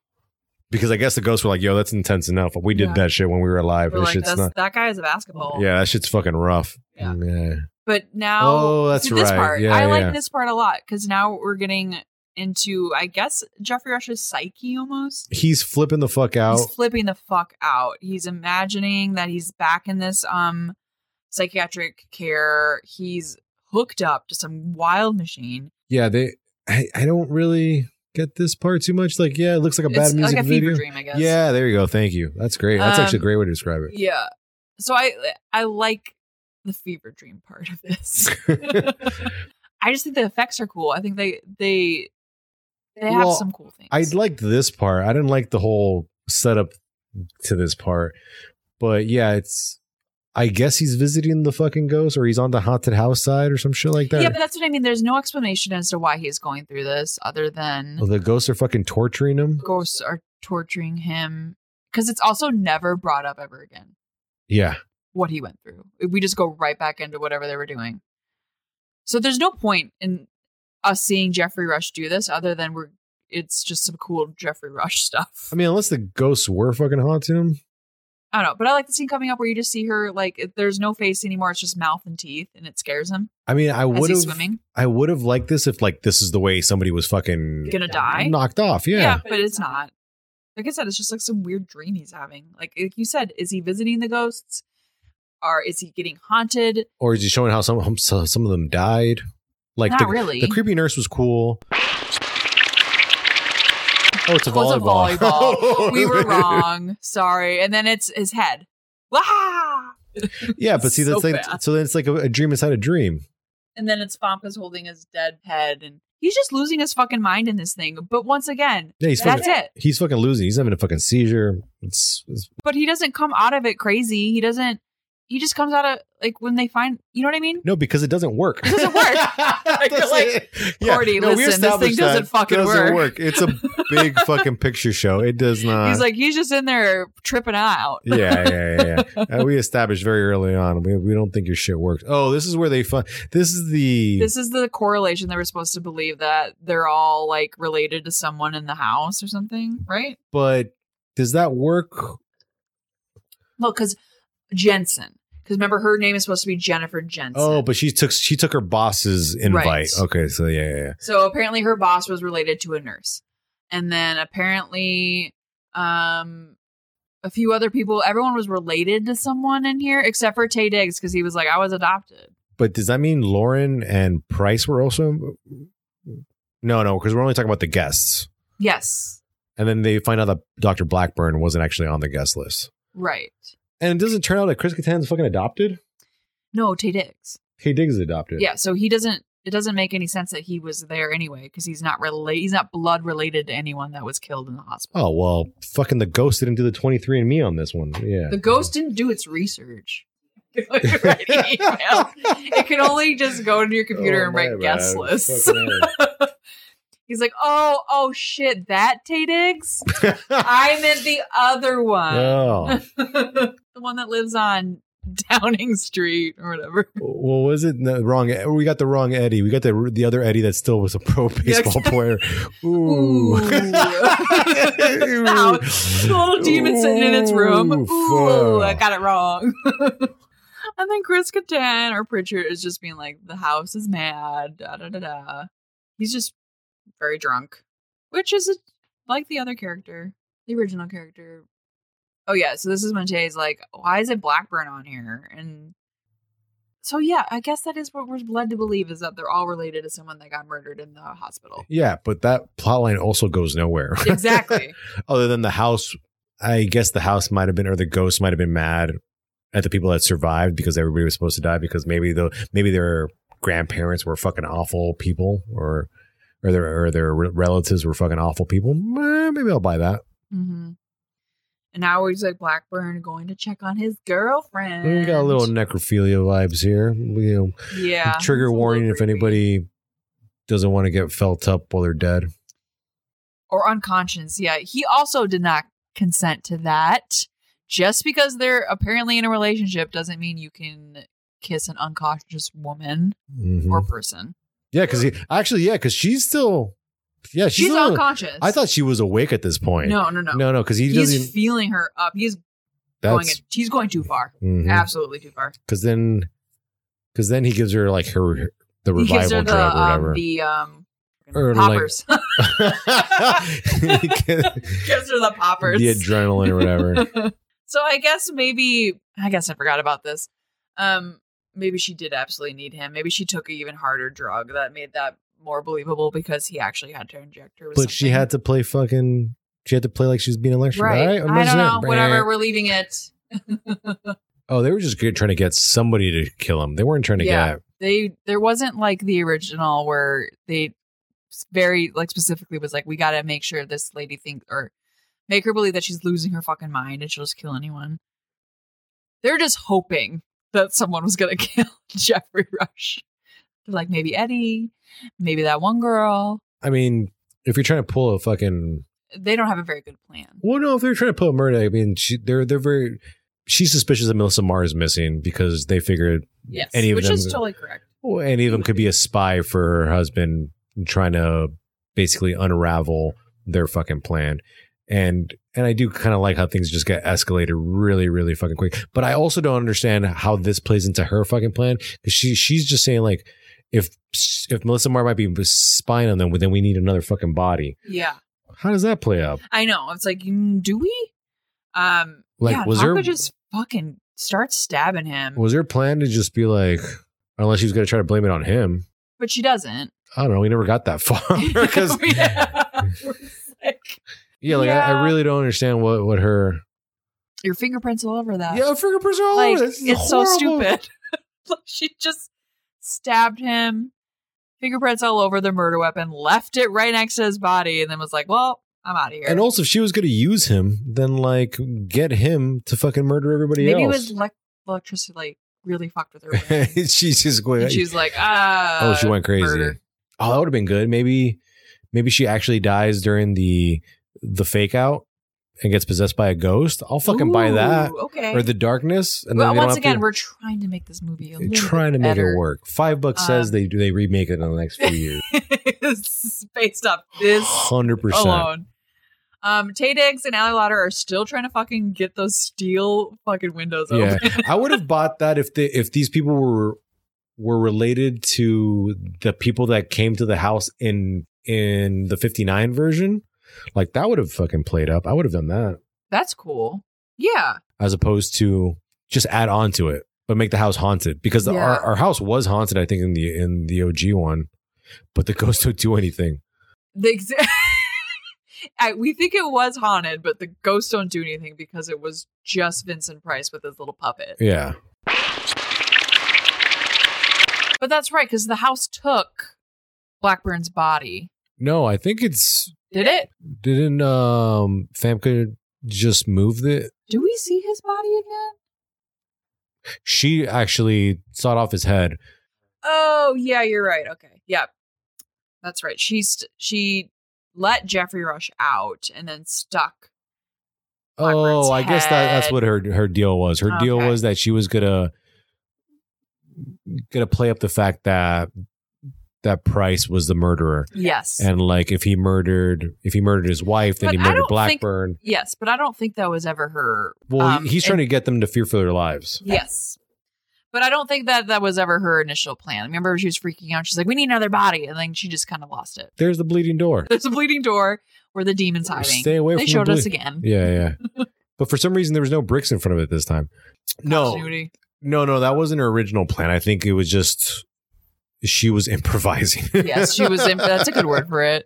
because I guess the ghosts were like, "Yo, that's intense enough. We did
Yeah.
that shit when we were alive.
We're
This
like,
shit's
"That's-
not.
that guy has a basketball.
Yeah, that shit's fucking rough.
Yeah.
Yeah.
But now,
Oh, that's
See, this
right.
part.
Yeah,
I
yeah.
like this part a lot because now we're getting into, I guess, Jeffrey Rush's psyche almost.
He's flipping the fuck out.
He's flipping the fuck out. He's imagining that he's back in this um psychiatric care. He's hooked up to some wild machine.
yeah, they. I, I don't really get this part too much. Like, yeah, it looks like a bad
it's
music
like a
video.
fever dream, I guess.
Yeah, there you go. Thank you. That's great. That's actually a
Um,
great way to describe it.
Yeah. So I I like the fever dream part of this. I just think the effects are cool. I think they they they have
Well,
some cool things.
I liked this part. I didn't like the whole setup to this part. But yeah, it's I guess he's visiting the fucking ghost or he's on the haunted house side or some shit like that.
Yeah, but that's what I mean. There's no explanation as to why he's going through this other than
Well, the ghosts are fucking torturing him.
ghosts are torturing him because it's also never brought up ever again
Yeah.
what he went through. We just go right back into whatever they were doing. So there's no point in us seeing Jeffrey Rush do this other than we're it's just some cool Jeffrey Rush stuff.
I mean, unless the ghosts were fucking haunting him.
I don't know, but I like the scene coming up where you just see her like it- there's no face anymore, it's just mouth and teeth and it scares him
I mean, I
as
would
he's
have
swimming.
I would have liked this if like this is the way somebody was fucking
Gonna die.
knocked off. Yeah.
but it's not. Like I said, it's just like some weird dream he's having. Like like you said, is he visiting the ghosts? Or is he getting haunted?
Or is he showing how some um, so- some of them died? Like
Not
the,
really.
the creepy nurse was cool. Oh, it's a
Oh, it's a
volleyball.
volleyball. we were wrong. Sorry. And then it's his head. Wah!
Yeah, but see, that's
So
like
bad.
so. Then it's like a, a dream inside a dream.
And then it's Fomka's holding his dead head and he's just losing his fucking mind in this thing. But once again,
Yeah, he's fucking,
that's it.
he's fucking losing. He's having a fucking seizure. It's, it's
But he doesn't come out of it crazy. He doesn't he just comes out of like when they find you know what I mean?
no, because it doesn't work. It
doesn't work. I feel like, Cordy, listen, this
established
thing doesn't
that.
fucking
Doesn't
work.
It's a big fucking picture show. It does not.
he's like he's just in there tripping out.
yeah, yeah, yeah. yeah. Uh, we established very early on. We, we don't think your shit works. Oh, this is where they find. This is the.
This is the correlation that we're supposed to believe that they're all like related to someone in the house or something, right?
but does that work?
Well, because Jensen, because remember her name is supposed to be Jennifer Jensen.
Oh, but she took she took her boss's invite.
Right.
Okay, so yeah, yeah, yeah.
so apparently her boss was related to a nurse, and then apparently, um, a few other people. Everyone was related to someone in here except for Tay Diggs because he was like, I was adopted.
But does that mean Lauren and Price were also? No, no, because we're only talking about the guests.
Yes,
And then they find out that Dr. Blackburn wasn't actually on the guest list.
right.
And it doesn't turn out that Chris Kattan's fucking adopted.
No, Tay Diggs.
Hey, Diggs is adopted.
Yeah, so he doesn't. It doesn't make any sense that he was there anyway because he's not related. He's not blood related to anyone that was killed in the hospital.
Oh well, fucking the ghost didn't do the twenty three and me on this one. Yeah.
The ghost didn't do its research. Write an
Oh,
Oh, email. it can only just go to your computer and write guest lists. He's like, oh, oh shit, that Tay Diggs? I meant the other one.
oh,
the one that lives on Downing Street or whatever.
well, was it the wrong? E-, We got the wrong Eddie. We got the the other Eddie that still was a pro baseball player. Ooh,
Ooh. Ouch. The little demon sitting in its room.
Ooh,
Ooh, I
fuck.
got it wrong. and then Chris Kattan or Pritchard is just being like, the house is mad. Da da da da. He's just very drunk, which is a, like the other character, the original character. Oh yeah, so this is when Tay's like, why is it Blackburn on here? And so yeah, I guess that is what we're led to believe is that they're all related to someone that got murdered in the hospital.
Yeah, but that plot line also goes nowhere.
Exactly.
Other than the house, I guess the house might have been, or the ghost might have been mad at the people that survived because everybody was supposed to die because maybe the maybe their grandparents were fucking awful people, or or their or their relatives were fucking awful people. Eh, Maybe I'll buy that.
hmm And now he's like Blackburn going to check on his girlfriend.
We got a little necrophilia vibes here. You know,
yeah. it's a
trigger
little
warning if
creepy.
anybody doesn't want to get felt up while they're dead.
or unconscious. Yeah, he also did not consent to that. Just because they're apparently in a relationship doesn't mean you can kiss an unconscious woman
Mhm.
or person.
Yeah, because actually, yeah, because she's still, yeah, she's,
She's,
still-
unconscious.
I thought she was awake at this point.
no, no, no,
no, no, because he
He's
doesn't.
feeling her up. He's going.
That's Mm-hmm.
He's going too far.
because
Absolutely too far.
then, because then he gives her like her the revival
he gives her
drug
the
or whatever.
um, the um,
Or like-
poppers.
He gives-
gives her the poppers.
the adrenaline or whatever.
so I guess maybe I guess I forgot about this. Um, maybe she did absolutely need him. Maybe she took an even harder drug that made that more believable because he actually had to inject her. With
but she
something.
had to play fucking. She had to play like she was being electrified.
right.
All I'm
I don't
listening.
know. Whatever. We're leaving it.
Oh, they were just good- trying to get somebody to kill him. They weren't trying to
Yeah.
get.
They there wasn't like the original where they s- very like specifically was like we got to make sure this lady thinks or make her believe that she's losing her fucking mind and she'll just kill anyone. They're just hoping that someone was gonna kill Jeffrey Rush. They're like maybe Eddie, maybe that one girl.
I mean, if you're trying to pull a fucking
They don't have a very good plan.
Well, no, if they're trying to pull a murder, I mean, she, they're they're very. She's suspicious that Melissa Marr is missing because they figured
Yes,
Any of
which
them-
is totally correct.
well, any of them could be a spy for her husband, trying to basically unravel their fucking plan. And and I do kind of like how things just get escalated really, really fucking quick. But I also don't understand how this plays into her fucking plan because she she's just saying like, if if Melissa Marr might be spying on them, then we need another fucking body.
Yeah,
How does that play out?
I know. It's like, mm, do we? Um,
Like,
yeah,
was
Tonka
there-
just fucking starts stabbing him,
Was her plan to just be like, unless she was going to try to blame it on him?
but she doesn't.
I don't know. We never got that far because
Yeah. We're sick.
yeah, like I, I
Yeah.
really don't understand what what her
your fingerprints all over that.
yeah fingerprints are all
like
over this. This is
it's so
horrible.
stupid. Like, she just stabbed him, fingerprints all over the murder weapon, left it right next to his body, and then was like, "Well, I'm out of here."
And also, if she was going to use him, then like get him to fucking murder everybody
maybe it was
else.
elec- electricity like really fucked with her. brain.
she's just going.
and she's like, "Ah."
oh, she went crazy.
murder.
Oh, that would have been good. Maybe maybe she actually dies during the the fake out and gets possessed by a ghost. I'll fucking buy
Ooh,
that
Okay.
or the darkness. And
well,
then they don't
once
have to-
again, we're trying to make this movie a little
trying to
bit
make
better.
it work. Five bucks says
Um,
they they remake it in the next few years.
It's based off this
Hundred percent.
alone. Um, Tay Diggs and Allie Lauder are still trying to fucking get those steel fucking windows
Yeah,
open.
I would have bought that if they if these people were were related to the people that came to the house in in the fifty nine version. Like that would have fucking played up. I would have done that
That's cool. Yeah.
as opposed to just add on to it, but make the house haunted because the, our
Yeah.
our house was haunted. I think in the in the OG one, but the ghost don't do anything.
The exa- I, we think it was haunted, but the ghosts don't do anything because it was just Vincent Price with his little puppet.
Yeah.
But that's right, because the house took Blackburn's body.
No, I think it's
Did it?
Didn't um Famke just move the
Do we see his body again?
she actually sawed off his head.
Oh, yeah, you're right. Okay. Yeah. That's right. She's she let Jeffrey Rush out and then stuck. Blackbird's
Oh, I guess that, that's
head.
what her her deal was. Her deal
Okay.
was that she was gonna gonna play up the fact that that Price was the murderer,
Yes.
and like if he murdered if he murdered his wife, then
But
he
I
murdered
don't think-
Blackburn.
yes, but I don't think that was ever her.
well,
um,
he's trying to get them to fear for their lives.
Yes. But I don't think that that was ever her initial plan. Remember, she was freaking out. She's like, "We need another body," and then she just kind of lost it.
There's the bleeding door.
There's a bleeding door where the demon's hiding.
Stay away
They
from the
showed
ble-
us again.
Yeah, yeah. but for some reason, there was no bricks in front of it this time. No,
Continuity.
no, no. That wasn't her original plan. I think it was just she was improvising.
yes, she was. In, that's a good word for it.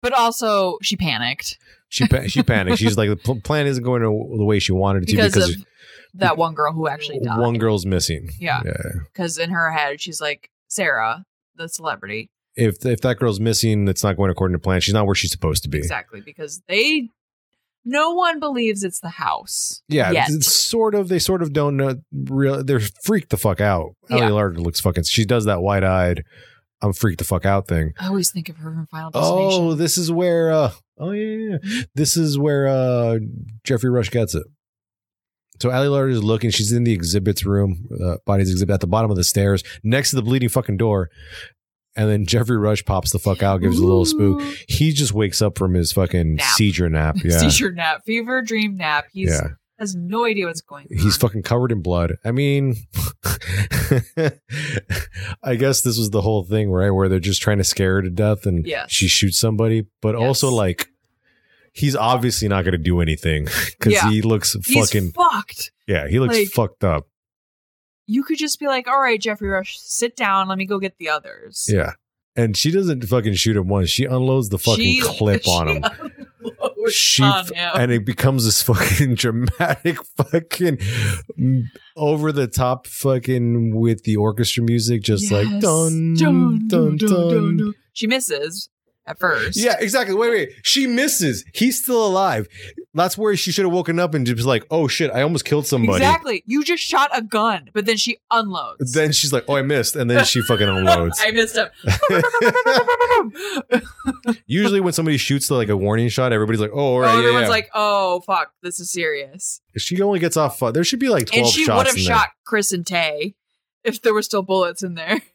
But also, she panicked
She pa- she panicked. She's like the pl- plan isn't going to the way she wanted it to
because,
because,
of that one girl who actually died.
one girl's missing.
yeah, because in her head, she's like Sarah, the celebrity.
If if that girl's missing, it's not going according to plan. She's not where she's supposed to be.
Exactly because they, no one believes it's the house.
Yeah,
yet.
it's, it's sort of. They sort of don't know. Real, they're freaked the fuck out. Ellie
Yeah.
Larder looks fucking. She does that wide eyed, "I'm freaked the fuck out" thing.
I always think of her from Final Destination.
Oh, this is where. uh Oh yeah, yeah, yeah. this is where uh Jeffrey Rush gets it. So Allie Larder is looking. She's in the exhibits room, uh, bodies exhibit at the bottom of the stairs, next to the bleeding fucking door. And then Jeffrey Rush pops the fuck out, gives a little spook.
Ooh.
He just wakes up from his fucking
Nap.
seizure nap. Yeah,
Seizure nap, fever dream nap. He's
yeah.
has no idea what's going on.
He's fucking covered in blood. I mean, I guess this was the whole thing, right? Where they're just trying to scare her to death and
Yes.
she shoots somebody, but also
Yes.
like he's obviously not going to do anything because
Yeah.
he looks
He's
fucking,
fucked.
yeah, he looks
like-
fucked up.
You could just be like, "All right, Jeffrey Rush, sit down. Let me go get the others."
Yeah. And she doesn't fucking shoot him once. She unloads the fucking
She-
clip on
she
him.
unloads
She
on
f-
him.
and it becomes this fucking dramatic fucking over the top fucking with the orchestra music just like
Yes.
dun dun dun, dun.
She misses at first.
yeah exactly wait wait she misses he's still alive that's where she should have woken up and just was like oh shit i almost killed somebody
Exactly. You just shot a gun, but then she unloads.
then she's like oh i missed and then she fucking unloads
I missed him.
usually when somebody shoots like a warning shot everybody's like oh all right
oh,
yeah,
everyone's
yeah.
like, "Oh fuck, this is serious."
she only gets off uh, there should be like 12
and she
shots
would have
in there.
shot Chris and Tay if there were still bullets in there.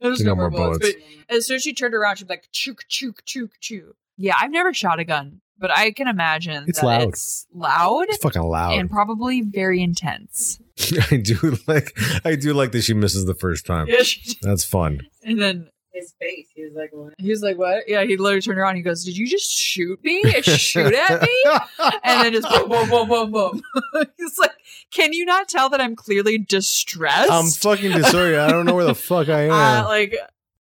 There's no, more bullets. But as soon as she turned around, she'd be like, chook, chook, chook, chook. Yeah, I've never shot a gun, but I can imagine
It's
that
loud.
it's loud
it's fucking loud
and probably very intense.
I do like I do like that she misses the first time.
Yeah, she-
That's fun.
and then
His face. He was like, what?
he's like, what? Yeah, he literally turned around. He goes, did you just shoot me? Shoot at me? And then just boom, boom, boom, boom, boom. he's like, can you not tell that I'm clearly distressed?
I'm fucking disoriented. I don't know where the fuck I am.
uh, like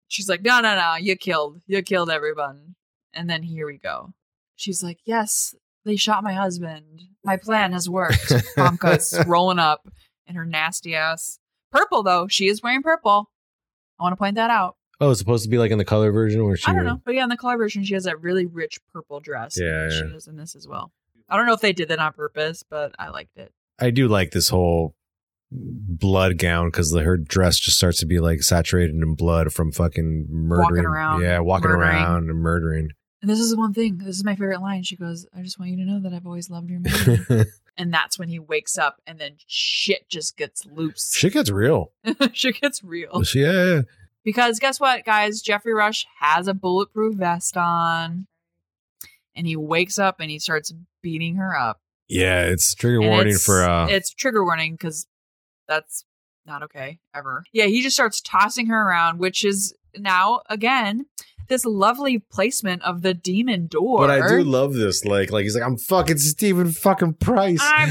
she's like no no no you killed you killed everyone and then here we go she's like yes they shot my husband my plan has worked Pomka's rolling up in her nasty ass purple though she is wearing purple I want to point that out
oh, it's supposed to be like in the color version where she.
I don't know but yeah in the color version she has that really rich purple dress and
Yeah,
she
yeah.
does in this as well I don't know if they did that on purpose but I liked it
I do like this whole blood gown because her dress just starts to be like saturated in blood from fucking murdering.
around,
yeah, walking
murdering.
around and murdering.
and this is one thing this is my favorite line she goes I just want you to know that I've always loved your man and that's when he wakes up and then shit just gets loose
Shit gets real.
shit gets real
She- Yeah, yeah.
because guess what guys jeffrey rush has a bulletproof vest on and he wakes up and he starts beating her up
Yeah, it's trigger
And
warning
it's-
for uh
it's trigger warning because that's not okay ever yeah he just starts tossing her around which is now again this lovely placement of the demon door
But I do love this. Like, like he's like, I'm fucking Stephen fucking Price.
i'm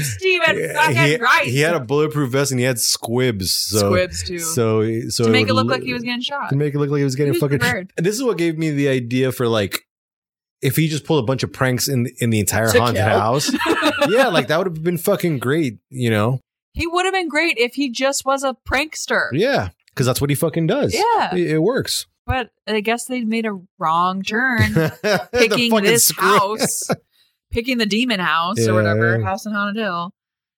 steven
Yeah,
fucking
he,
Wright.
he had a bulletproof vest and he had squibs. So,
squibs too
So, so
to make
would
it look
li-
like he was getting shot
to make it look like he was
He
getting
was
fucking.
prepared.
And this is what gave me the idea for like, if he just pulled a bunch of pranks in in the entire
To
haunted
kill.
house, yeah, like that would have been fucking great, you know?
He would have been great if he just was a prankster.
Yeah, because that's what he fucking does.
Yeah.
it, it works.
But I guess they made a wrong turn
The
picking
fucking
this
screw-
house, picking the demon house
Yeah,
or whatever,
yeah.
house in Haunted Hill.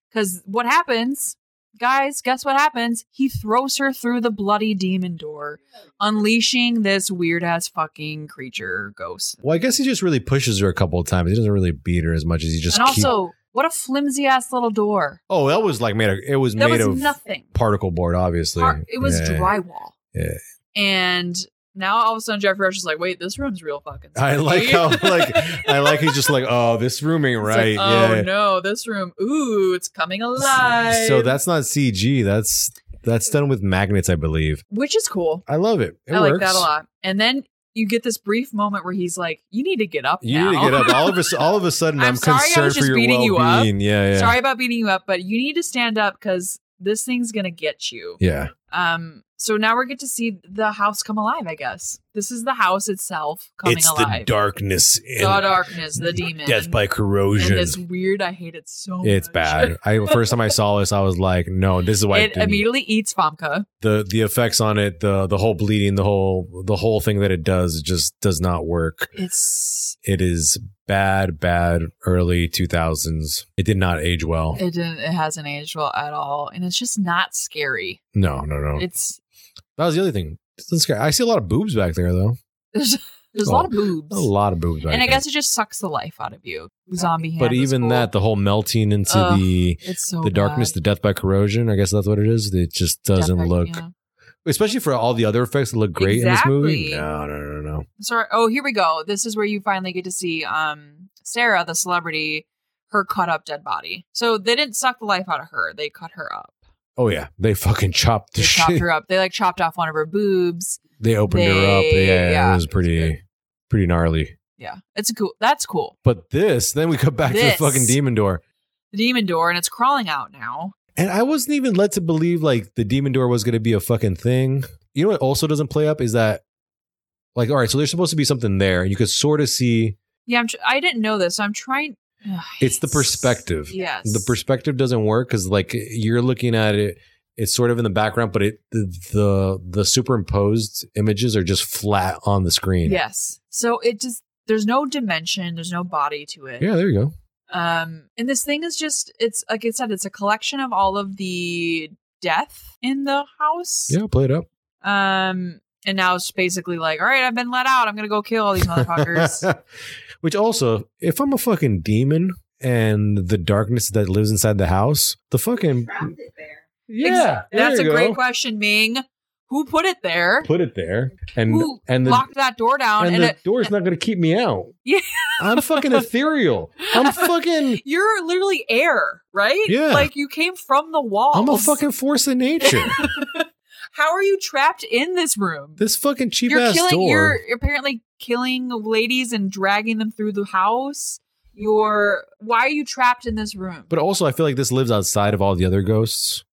Because what happens, Guys, guess what happens? He throws her through the bloody demon door, unleashing this weird ass fucking creature ghost.
Well, I guess he just really pushes her a couple of times. He doesn't really beat her as much as he just.
and
keep-
also, what a flimsy ass little door.
oh, that was like made. Of, it was
That
made
was
of
nothing.
particle board, obviously.
Par- it was
Yeah.
drywall.
Yeah.
And now all of a sudden, Jeffrey Rush is like, wait, this room's real fucking.
I like
spooky."
how like I like he's just like oh this room ain't
It's
right
Like, oh
yeah.
no, this room. Ooh, it's coming alive.
So that's not CG. That's that's done with magnets, I believe.
which is cool.
I love it. It
I
works.
like that a lot. And then you get this brief moment where he's like, "You need to get up.
You
now.
need to get up. All of a, all of a sudden, I'm,
I'm sorry I was
concerned for
just
your
beating you up.
well-being. yeah, yeah,
Sorry about beating you up, but you need to stand up because this thing's gonna get you."
yeah.
Um. So now we get to see the house come alive. I guess this is the house itself coming
it's
alive. oh,
the darkness and
The darkness, the demon,
death by corrosion.
and it's weird. I hate it so.
It's
much.
bad. I first time I saw this, I was like, no, this is why I
It
didn't.
immediately eats Famka.
the the effects on it, the the whole bleeding, the whole the whole thing that it does just does not work.
It's
It is bad, bad early two thousands. It did not age well.
it didn't it hasn't aged well at all, and it's just not scary.
No, no, no.
It's
that was the other thing. Doesn't scare- I see a lot of boobs back there though.
There's, there's
Oh.
a lot of boobs.
A lot of boobs back
and I
there.
guess it just sucks the life out of you. Zombie hand.
but
is
even
cool.
that, the whole melting into
Ugh.
the
it's so
the darkness,
bad.
the death by corrosion. I guess that's what it is. It just doesn't
Death,
look,
yeah.
especially for all the other effects that look great in this movie.
Exactly.
No, no, no, no.
Sorry. Oh, here we go. This is where you finally get to see um Sarah, the celebrity, her cut up dead body. So they didn't suck the life out of her. They cut her up.
Oh yeah, they fucking chopped the
They chopped
shit.
her up. They like chopped off one of her boobs.
They opened her up.
They-
Yeah,
yeah,
it was
it's
pretty,
good.
pretty gnarly.
Yeah, it's a cool. That's cool.
But this, then we come back
This.
to the fucking demon door,
The demon door, and it's crawling out now.
and I wasn't even led to believe like the demon door was going to be a fucking thing. You know what also doesn't play up is that, like, all right, so there's supposed to be something there, and you could sort of see
Yeah, I'm. Tr- I didn't know this. So I'm trying. Ugh, I
It's the
hate-
perspective.
Yes.
the perspective doesn't work because like you're looking at it it's sort of in the background but it the, the the superimposed images are just flat on the screen
Yes. So it just there's no dimension, there's no body to it.
yeah there you go
Um and this thing is just it's like I said, it's a collection of all of the death in the house.
yeah play it up
Um and now it's basically like, all right, I've been let out. I'm gonna go kill all these motherfuckers.
which also if i'm a fucking demon and the darkness that lives inside the house the fucking
Trapped it there.
yeah there
That's a
you go.
great question, Ming. Who put it there?
put it there and
Who
and the
locked that door down?
and
And,
the
it,
door's not going to keep me out.
Yeah.
I'm fucking ethereal. I'm fucking.
you're literally air, right?
Yeah.
Like you came from the walls.
I'm a fucking force of nature.
How are you trapped in this room?
This fucking cheap
you're
ass
killing
door.
you're apparently killing ladies and dragging them through the house you're why are you trapped in this room
But uh, also, I feel like this lives outside of all the other ghosts.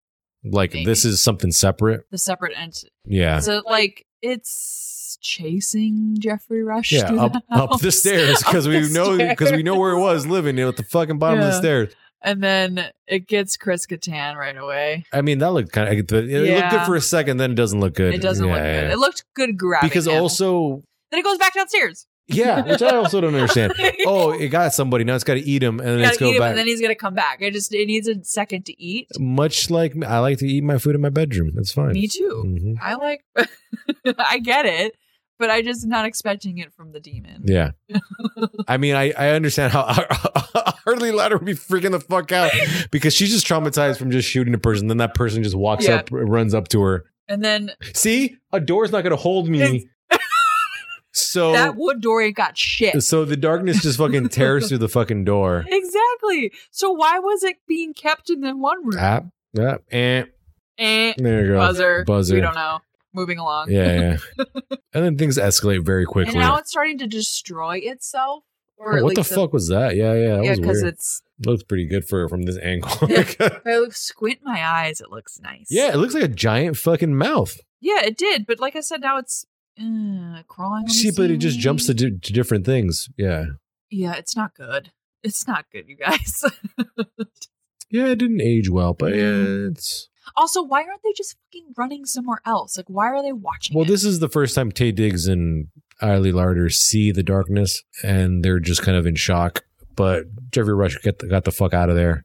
Like
Maybe.
this is something separate.
the separate entity
Yeah.
so like it's chasing jeffrey rush
Yeah,
through
up
the
up the
house.
stairs because
Up
we
the
know because we know where it
stairs.
was living you know, at the fucking bottom of the
Yeah.
stairs.
and then it gets chris Kattan right away
I mean, that looked kind of it looked good
Yeah.
for a second, then it doesn't look good.
it doesn't
Yeah,
look
yeah,
good
yeah.
it looked good grabbing
because
him.
also
then it goes back downstairs
yeah, which I also don't understand. Oh, it got somebody now. It's got to eat him, and then
You
it's
gotta
go
eat him
back.
and then he's gonna come back it just it needs a second to eat
Much like me, I like to eat my food in my bedroom. It's fine.
me too
Mhm.
I like I get it, but I just not expecting it from the demon.
Yeah. I mean, I, I understand how hardly let her be freaking the fuck out because she's just traumatized from just shooting a person. Then that person just walks
Yeah.
up, runs up to her.
And then
See, a door's not going to hold
It's-
me. so,
that wood door ain't got shit.
so the darkness just fucking tears through the fucking door.
Exactly. So why was it being kept in the one room?
Tap, tap, eh,
Eh,
there you go.
buzzer.
Buzzer.
We don't know. Moving along.
Yeah, yeah. and then things escalate very
And
quickly.
now it's starting to destroy itself. Or at
Oh, what the
least
fuck was that? Yeah, yeah. That
yeah,
was
because
weird.
it's.
Looks pretty good for from this angle.
Yeah. If I look, squint my eyes, it looks nice.
yeah, it looks like a giant fucking mouth.
Yeah, it did. But like I said, now it's uh, crawling. on
See,
the
but it just jumps to,
ceiling.
di- to different things. Yeah.
Yeah, it's not good. It's not good, you guys.
Yeah, it didn't age well, but yeah, it's.
Also, why aren't they just fucking running somewhere else? Like, why are they watching?
Well,
it?
this is the first time Tay Diggs and Eiley Larder see the darkness, and they're just kind of in shock. But Jeffrey Rush get the, got the fuck out of there.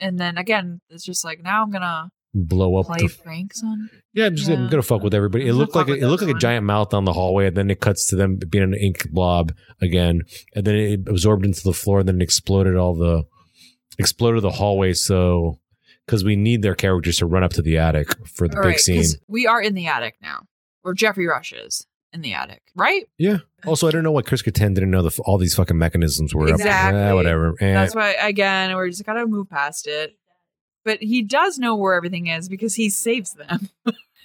And then again, it's just like now I'm gonna
Blow up.
play
the-
pranks on.
yeah, I'm just I'm
Yeah.
gonna fuck with everybody. It
I'm
looked
gonna
like
fuck
a,
with
it looked like a
everyone.
giant mouth on the hallway, and then it cuts to them being an ink blob again, and then it absorbed into the floor, and then it exploded all the exploded the hallway. So because we need their characters to run up to the attic for the
All
big
right,
scene.
'cause we are in the attic now, or Jeffrey Rush is in the attic, right?
Also, I don't know why Chris Kattan didn't know the, f- all these fucking mechanisms were. up there.
Exactly.
Eh, whatever. Eh.
That's why again we're just gotta move past it. But he does know where everything is because he saves them.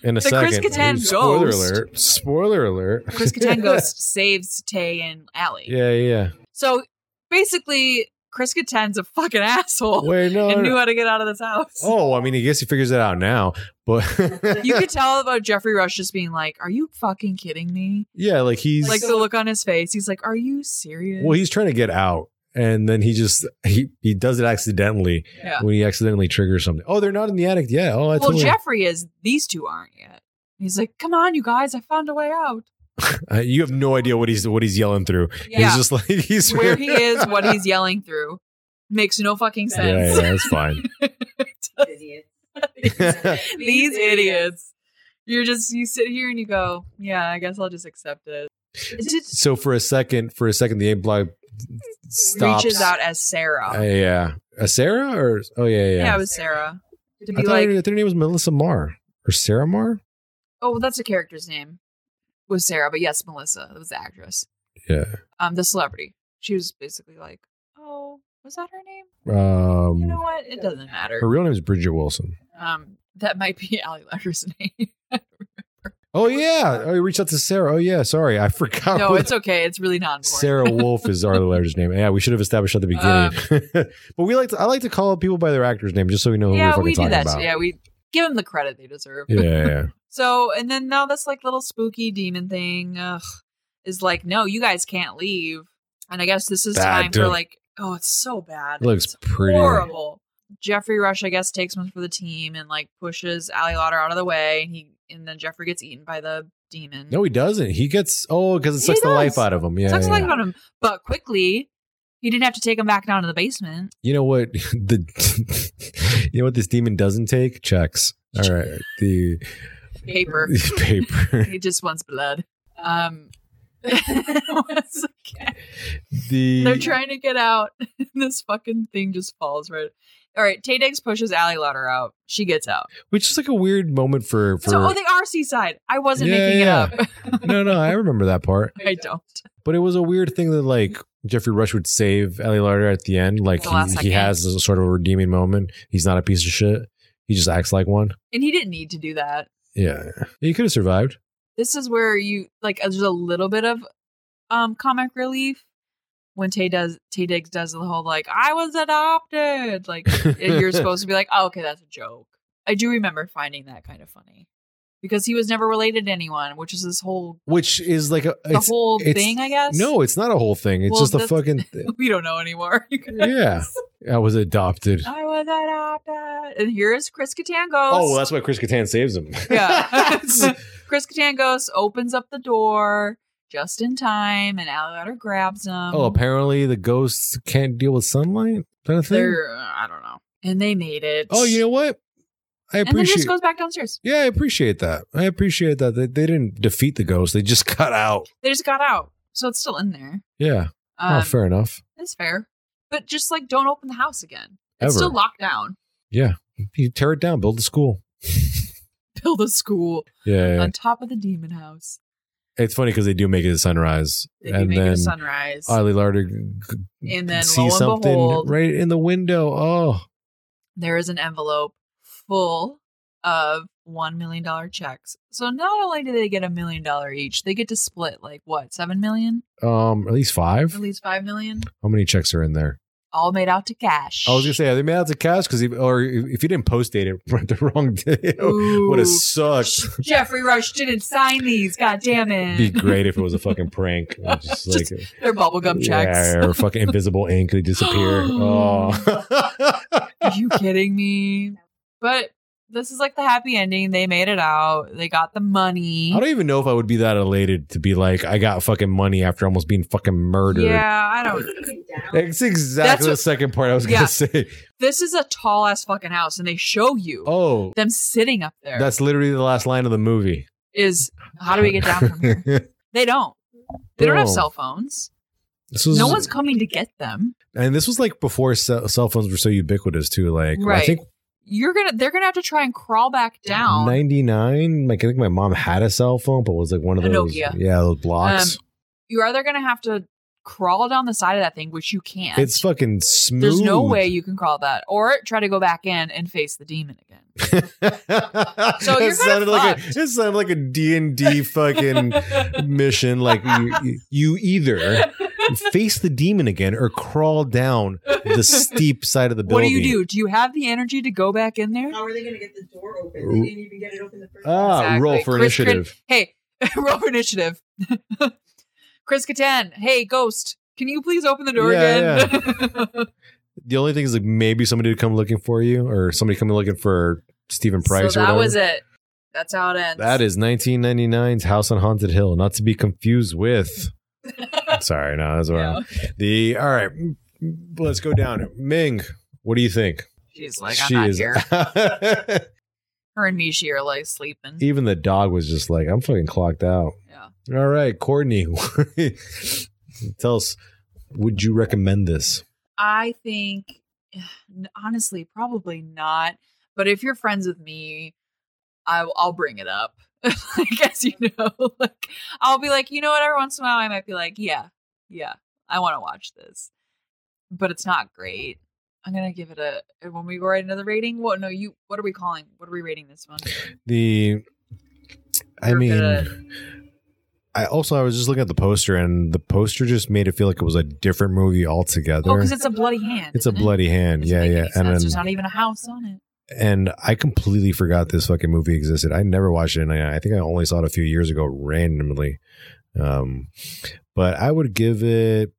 in a
The
second.
Chris Kattan
spoiler
ghost.
alert. Spoiler alert.
Chris Kattan Ghost saves Tay and Allie.
yeah, yeah.
So basically, Chris Kattan's a fucking asshole
Wait, no.
Oh, and
no.
knew how to get out of this house.
oh, I mean, I guess he figures that out now. But
You could tell about Jeffrey Rush just being like, "Are you fucking kidding me?"
yeah, like he's
Like the look on his face, he's like, "Are you serious?"
well, he's trying to get out, and then he just he he does it accidentally
Yeah.
when he accidentally triggers something. Oh, they're not in the attic yet. Oh, I
well,
totally.
Jeffrey is. These two aren't yet. He's like, "Come on, you guys! I found a way out."
Uh, you have no idea what he's what he's yelling through. He's
Yeah.
just like he's
Where he is, what he's yelling through, makes no fucking
Yeah, yeah,
sense.
that's fine.
Idiot.
These idiots. You're just you sit here and you go, "Yeah, I guess I'll just accept it." Did-
so for a second, for a second, the ape block stops.
reaches out as Sarah.
Uh, yeah, a Sarah or oh yeah yeah.
yeah. it was Sarah. To
I
be
thought
like,
her, their name was Melissa Marr or Sarah Marr.
oh, well, that's a character's name. Was Sarah, but yes, Melissa. That was the actress.
Yeah.
Um, the celebrity. She was basically like, oh, was that her name?
Um,
You know what? It doesn't matter.
her real name is Bridget Wilson.
Um, that might be Allie Lecter's name.
Oh yeah. Oh, you reached out to Sarah. Oh yeah. Sorry, I forgot.
no,
what-
it's okay. It's really not important.
Oh, Sarah Wolf is our letter's name. Yeah, we should have established at the beginning. but we like to, I like to call people by their actor's name just so we know who
Um, yeah,
we're
we
fucking
do that.
talking about.
too. Yeah, we give them the credit they deserve.
Yeah, yeah, yeah.
So, and then now this like little spooky demon thing ugh, is like, no, you guys can't leave. And I guess this is
Bad,
time
dude.
for like, oh, it's so bad.
It looks
It's
pretty.
horrible. Jeffrey Rush, I guess, takes one for the team and like pushes Ali Lauder out of the way, and he and then Jeffrey gets eaten by the demon.
No, he doesn't. He gets oh because it
He
sucks the
does.
life out of him. Yeah, yeah.
sucks the life out of him. But quickly, he didn't have to take him back down to the basement.
You know what? The you know what this demon doesn't take checks. All right, the
Paper.
paper.
he just wants blood. Um, once again,
The
they're trying to get out. and this fucking thing just falls right. All right, Tay Diggs pushes Ali Lauder out. She gets out.
which is like a weird moment for for.
so, oh, they are seaside. I wasn't
Yeah,
making
yeah.
it up.
no, no, I remember that part.
I don't.
But it was a weird thing that like Jeffrey Rush would save Ellie Larder at the end. Like
The last
he, he
second.
has a sort of redeeming moment. He's not a piece of shit. He just acts like one.
And he didn't need to do that.
Yeah, he could have survived.
this is where you like there's a little bit of um comic relief when Tay does Tay Diggs does the whole like I was adopted like you're supposed to be like oh, okay that's a joke. I do remember finding that kind of funny because he was never related to anyone, which is this whole
Which is like a
the
it's,
whole
it's-
thing I guess.
no, it's not a whole thing. It's
Well,
just a
that's-
fucking.
we don't know anymore. you guys.
yeah, I was adopted.
I was adopted, and here is Chris Kattan Ghost.
Oh, well, that's why Chris Kattan saves him.
Yeah.
It's-
Chris Kattan Ghost opens up the door just in time, and Alligator grabs him.
oh, apparently the ghosts can't deal with sunlight. Is that a thing?
They're I don't know. And they made it.
Oh, you know what? I
And then
appreciate.
just goes back downstairs.
Yeah, I appreciate that. I appreciate that. They, they didn't defeat the ghost. They just cut out.
They just got out, so it's still in there.
Yeah.
Um,
oh, fair enough.
It's fair, but just like don't open the house again.
Ever.
It's still locked down.
you tear it down, build a school.
Build a school
Yeah.
on top of the demon house.
It's funny because they do make it a sunrise.
They
and
do make it
then
a sunrise,
Eileen Larder
and then
see
lo and
something
behold,
right in the window. Oh,
there is an envelope full of one million dollar checks. So not only do they get a million dollar each, they get to split like what seven million,
um, at least five.
at least five million,
How many checks are in there?
all made out to cash.
I was gonna say are they made out to cash because or if you didn't post date it the wrong day, would
Ooh.
have sucked.
Jeffrey Rush didn't sign these. God damn it.
Be great if it was a fucking prank. Or Just like
Just They're bubblegum checks.
Yeah, or fucking invisible ink. They disappear. oh.
Are you kidding me? But this is like the happy ending. They made it out. They got the money.
I don't even know if I would be that elated to be like, I got fucking money after almost being fucking murdered.
Yeah, I don't.
Down.
That's exactly
That's
the
what-
second part I was
Yeah.
gonna say.
This is a tall ass fucking house, and they show you
Oh,
them sitting up there. Is
that's literally the last line of the movie.
how do we get down from here? They don't. They don't have
Boom.
cell phones.
this was,
No one's coming to get them.
and this was like before cell, cell phones were so ubiquitous too. Like I
Right.
think
You're gonna. They're gonna have to try and crawl back down.
ninety nine. Like I think my mom had a cell phone, but was like one of
A
those
Nokia.
yeah those blocks.
Um, You're either gonna have to crawl down the side of that thing, which you can't.
it's fucking smooth.
There's no way you can crawl that, or try to go back in and face the demon again.
so
you're
it sounded
kinda
like
fucked.
a, it sounded like a D and D fucking mission. Like you, you- you either face the demon again or crawl down the steep side of the
What do
building.
you do? Do you have the energy to go back in there?
How are they going to get the door open? They didn't even get it open the first
Ah,
time.
Exactly.
roll for
Chris Crit-
initiative.
Hey, roll for initiative. Chris Catan, hey ghost, can you please open the door
Yeah,
again?
The only thing is like maybe somebody would come looking for you, or somebody coming looking for Stephen Price.
so
or
that
whatever.
was it. That's how it ends.
That is 1999's House on Haunted Hill, not to be confused with. Sorry, no, that's wrong. The all right, let's go down. Ming, what do you think?
She's like, I'm not here. Her and Mishi are like sleeping.
Even the dog was just like, I'm fucking clocked out.
Yeah.
All right, Courtney, tell us, would you recommend this?
I think, honestly, probably not. But if you're friends with me, I, I'll bring it up. like as you know, like I'll be like, you know what? Every once in a while, I might be like, yeah, yeah, I want to watch this, but it's not great. I'm gonna give it a when we go right into the rating. What? No, you. What are we calling? What are we rating this one? Oh,
The, I
We're
mean,
gonna-
I also I was just looking at the poster, and the poster just made it feel like it was a different movie altogether.
Oh, because it's a bloody hand.
it's a
isn't it?
bloody hand,
Doesn't
yeah,
make
yeah,
any sense.
and then-
There's not even a house on it.
and I completely forgot this fucking movie existed. I never watched it, and I I think I only saw it a few years ago randomly. Um, but I would give it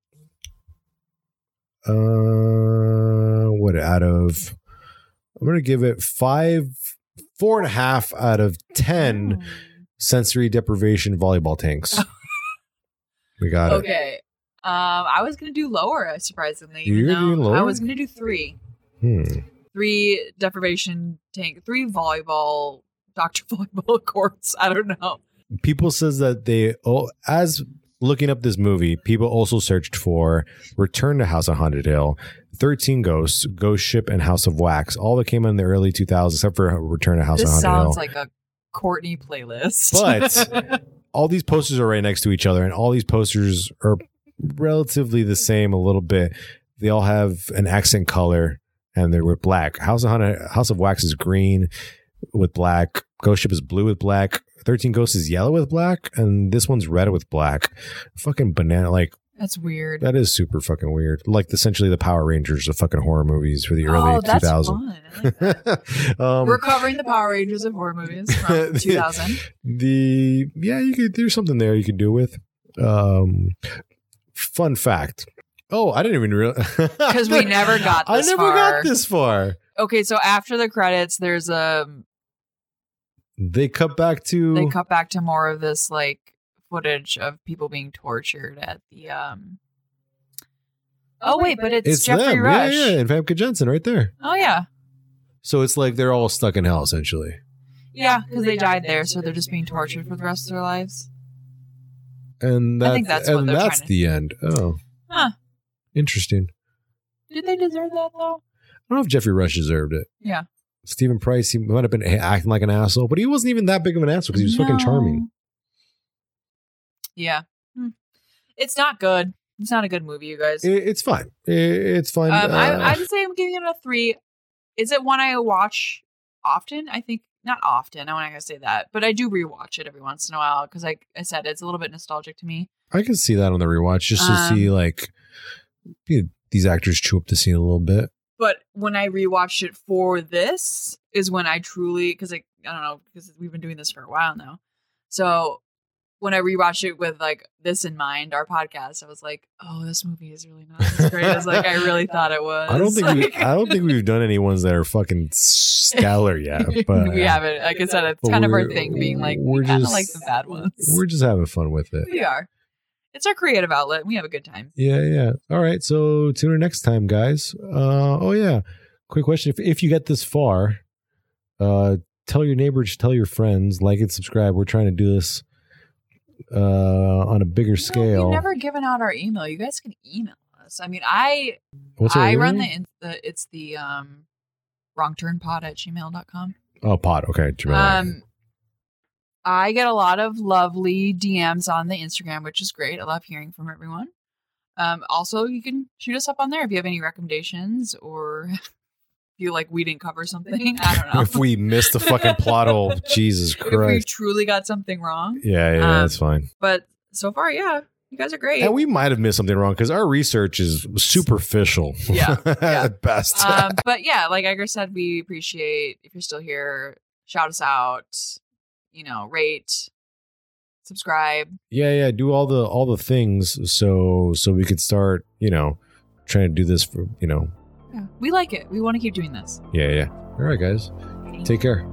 uh what out of I'm gonna give it five four and a half out of ten sensory deprivation volleyball tanks. we got it.
Okay. Um, I was gonna do lower, surprisingly.
You
even
were
though
doing lower?
I was gonna do three,
Hmm.
three deprivation tank, three volleyball, doctor volleyball courts. I don't know.
People says that they oh as looking up this movie, people also searched for Return to House on Haunted Hill, 13 Ghosts, Ghost Ship, and House of Wax. All that came out in the early 2000s, except for Return to House
this
on Haunted Hill.
sounds like a Courtney playlist.
But- all these posters are right next to each other, and all these posters are relatively the same a little bit. They all have an accent color, and they're with black. House of Haunted, House of Wax is green with black. Ghost Ship is blue with black. Thirteen Ghosts is yellow with black, and this one's red with black. Fucking banana! Like
that's weird.
that is super fucking weird. Like essentially the Power Rangers of fucking horror movies for the early
oh,
two Um,
that's
thousand.
fun. I like that. We're covering the Power Rangers of horror movies from 2000.
the yeah you could there's something there you could do with um fun fact oh i didn't even realize
Because we never got
i
this
never
far.
got this far
Okay, so after the credits, there's a
they cut back to
they cut back to more of this like footage of people being tortured at the um oh wait but it's,
it's
jeffrey
them
rush
yeah yeah and famke jensen right there
oh yeah
so it's like they're all stuck in hell essentially
yeah because they died there so they're just being tortured for the rest of their lives
and
I
that,
think that's what
and
they're
that's
trying to-
the end oh
Huh.
interesting
did they deserve that though
i don't know if jeffrey rush deserved it
Yeah.
Stephen Price, he might have been acting like an asshole, but he wasn't even that big of an asshole because he was fucking
No.
charming.
yeah Hmm. it's not good it's not a good movie you guys
It, it's fine. It, it's fine.
um,
Uh,
I, i'd say i'm giving it a three is it one i watch often i think not often i'm not gonna say that but i do rewatch it every once in a while because like i said it's a little bit nostalgic to me
I can see that on the rewatch just to
Um,
see like you know, these actors chew up the scene a little bit.
but when I rewatched it for this is when I truly because I I don't know because we've been doing this for a while now, so when I rewatched it with like this in mind, our podcast, I was like, oh, this movie is really not as great as like I really thought it was.
I don't think we,
Like,
I don't think we've done any ones that are fucking stellar yet. But
we haven't. Like I said, it's
But
kind of our
we're-
thing being like,
we're
we kind of
just-
like the bad ones.
We're just having fun with it.
We are. It's our creative outlet. We have a good time.
Yeah, yeah. All right. So tune in next time, guys. Uh, oh yeah. Quick question: If if you get this far, uh, tell your neighbors, tell your friends, like and subscribe. We're trying to do this uh, on a bigger
No,
scale.
we've never given out our email. You guys can email us. I mean, I
What's our
I run
email?
the, in- the it's the um wrong turn pod at gmail.com.
oh pot. Okay, Jamel.
Um I get a lot of lovely DMs on the Instagram, which is great. I love hearing from everyone. Um also you can shoot us up on there if you have any recommendations or if you like we didn't cover something. I don't know.
if we missed the fucking plot hole, Jesus
If we
Christ.
truly got something wrong.
Yeah, yeah,
Um,
that's fine.
But so far, yeah, you guys are great.
And we might have missed something wrong because our research is superficial
Yeah, yeah.
at best.
um, but yeah, like Edgar said, we appreciate if you're still here. Shout us out, you know, rate, subscribe.
yeah yeah do all the all the things so so we could start you know trying to do this for you know
Yeah. We like it. We want to keep doing this.
yeah yeah all right guys take care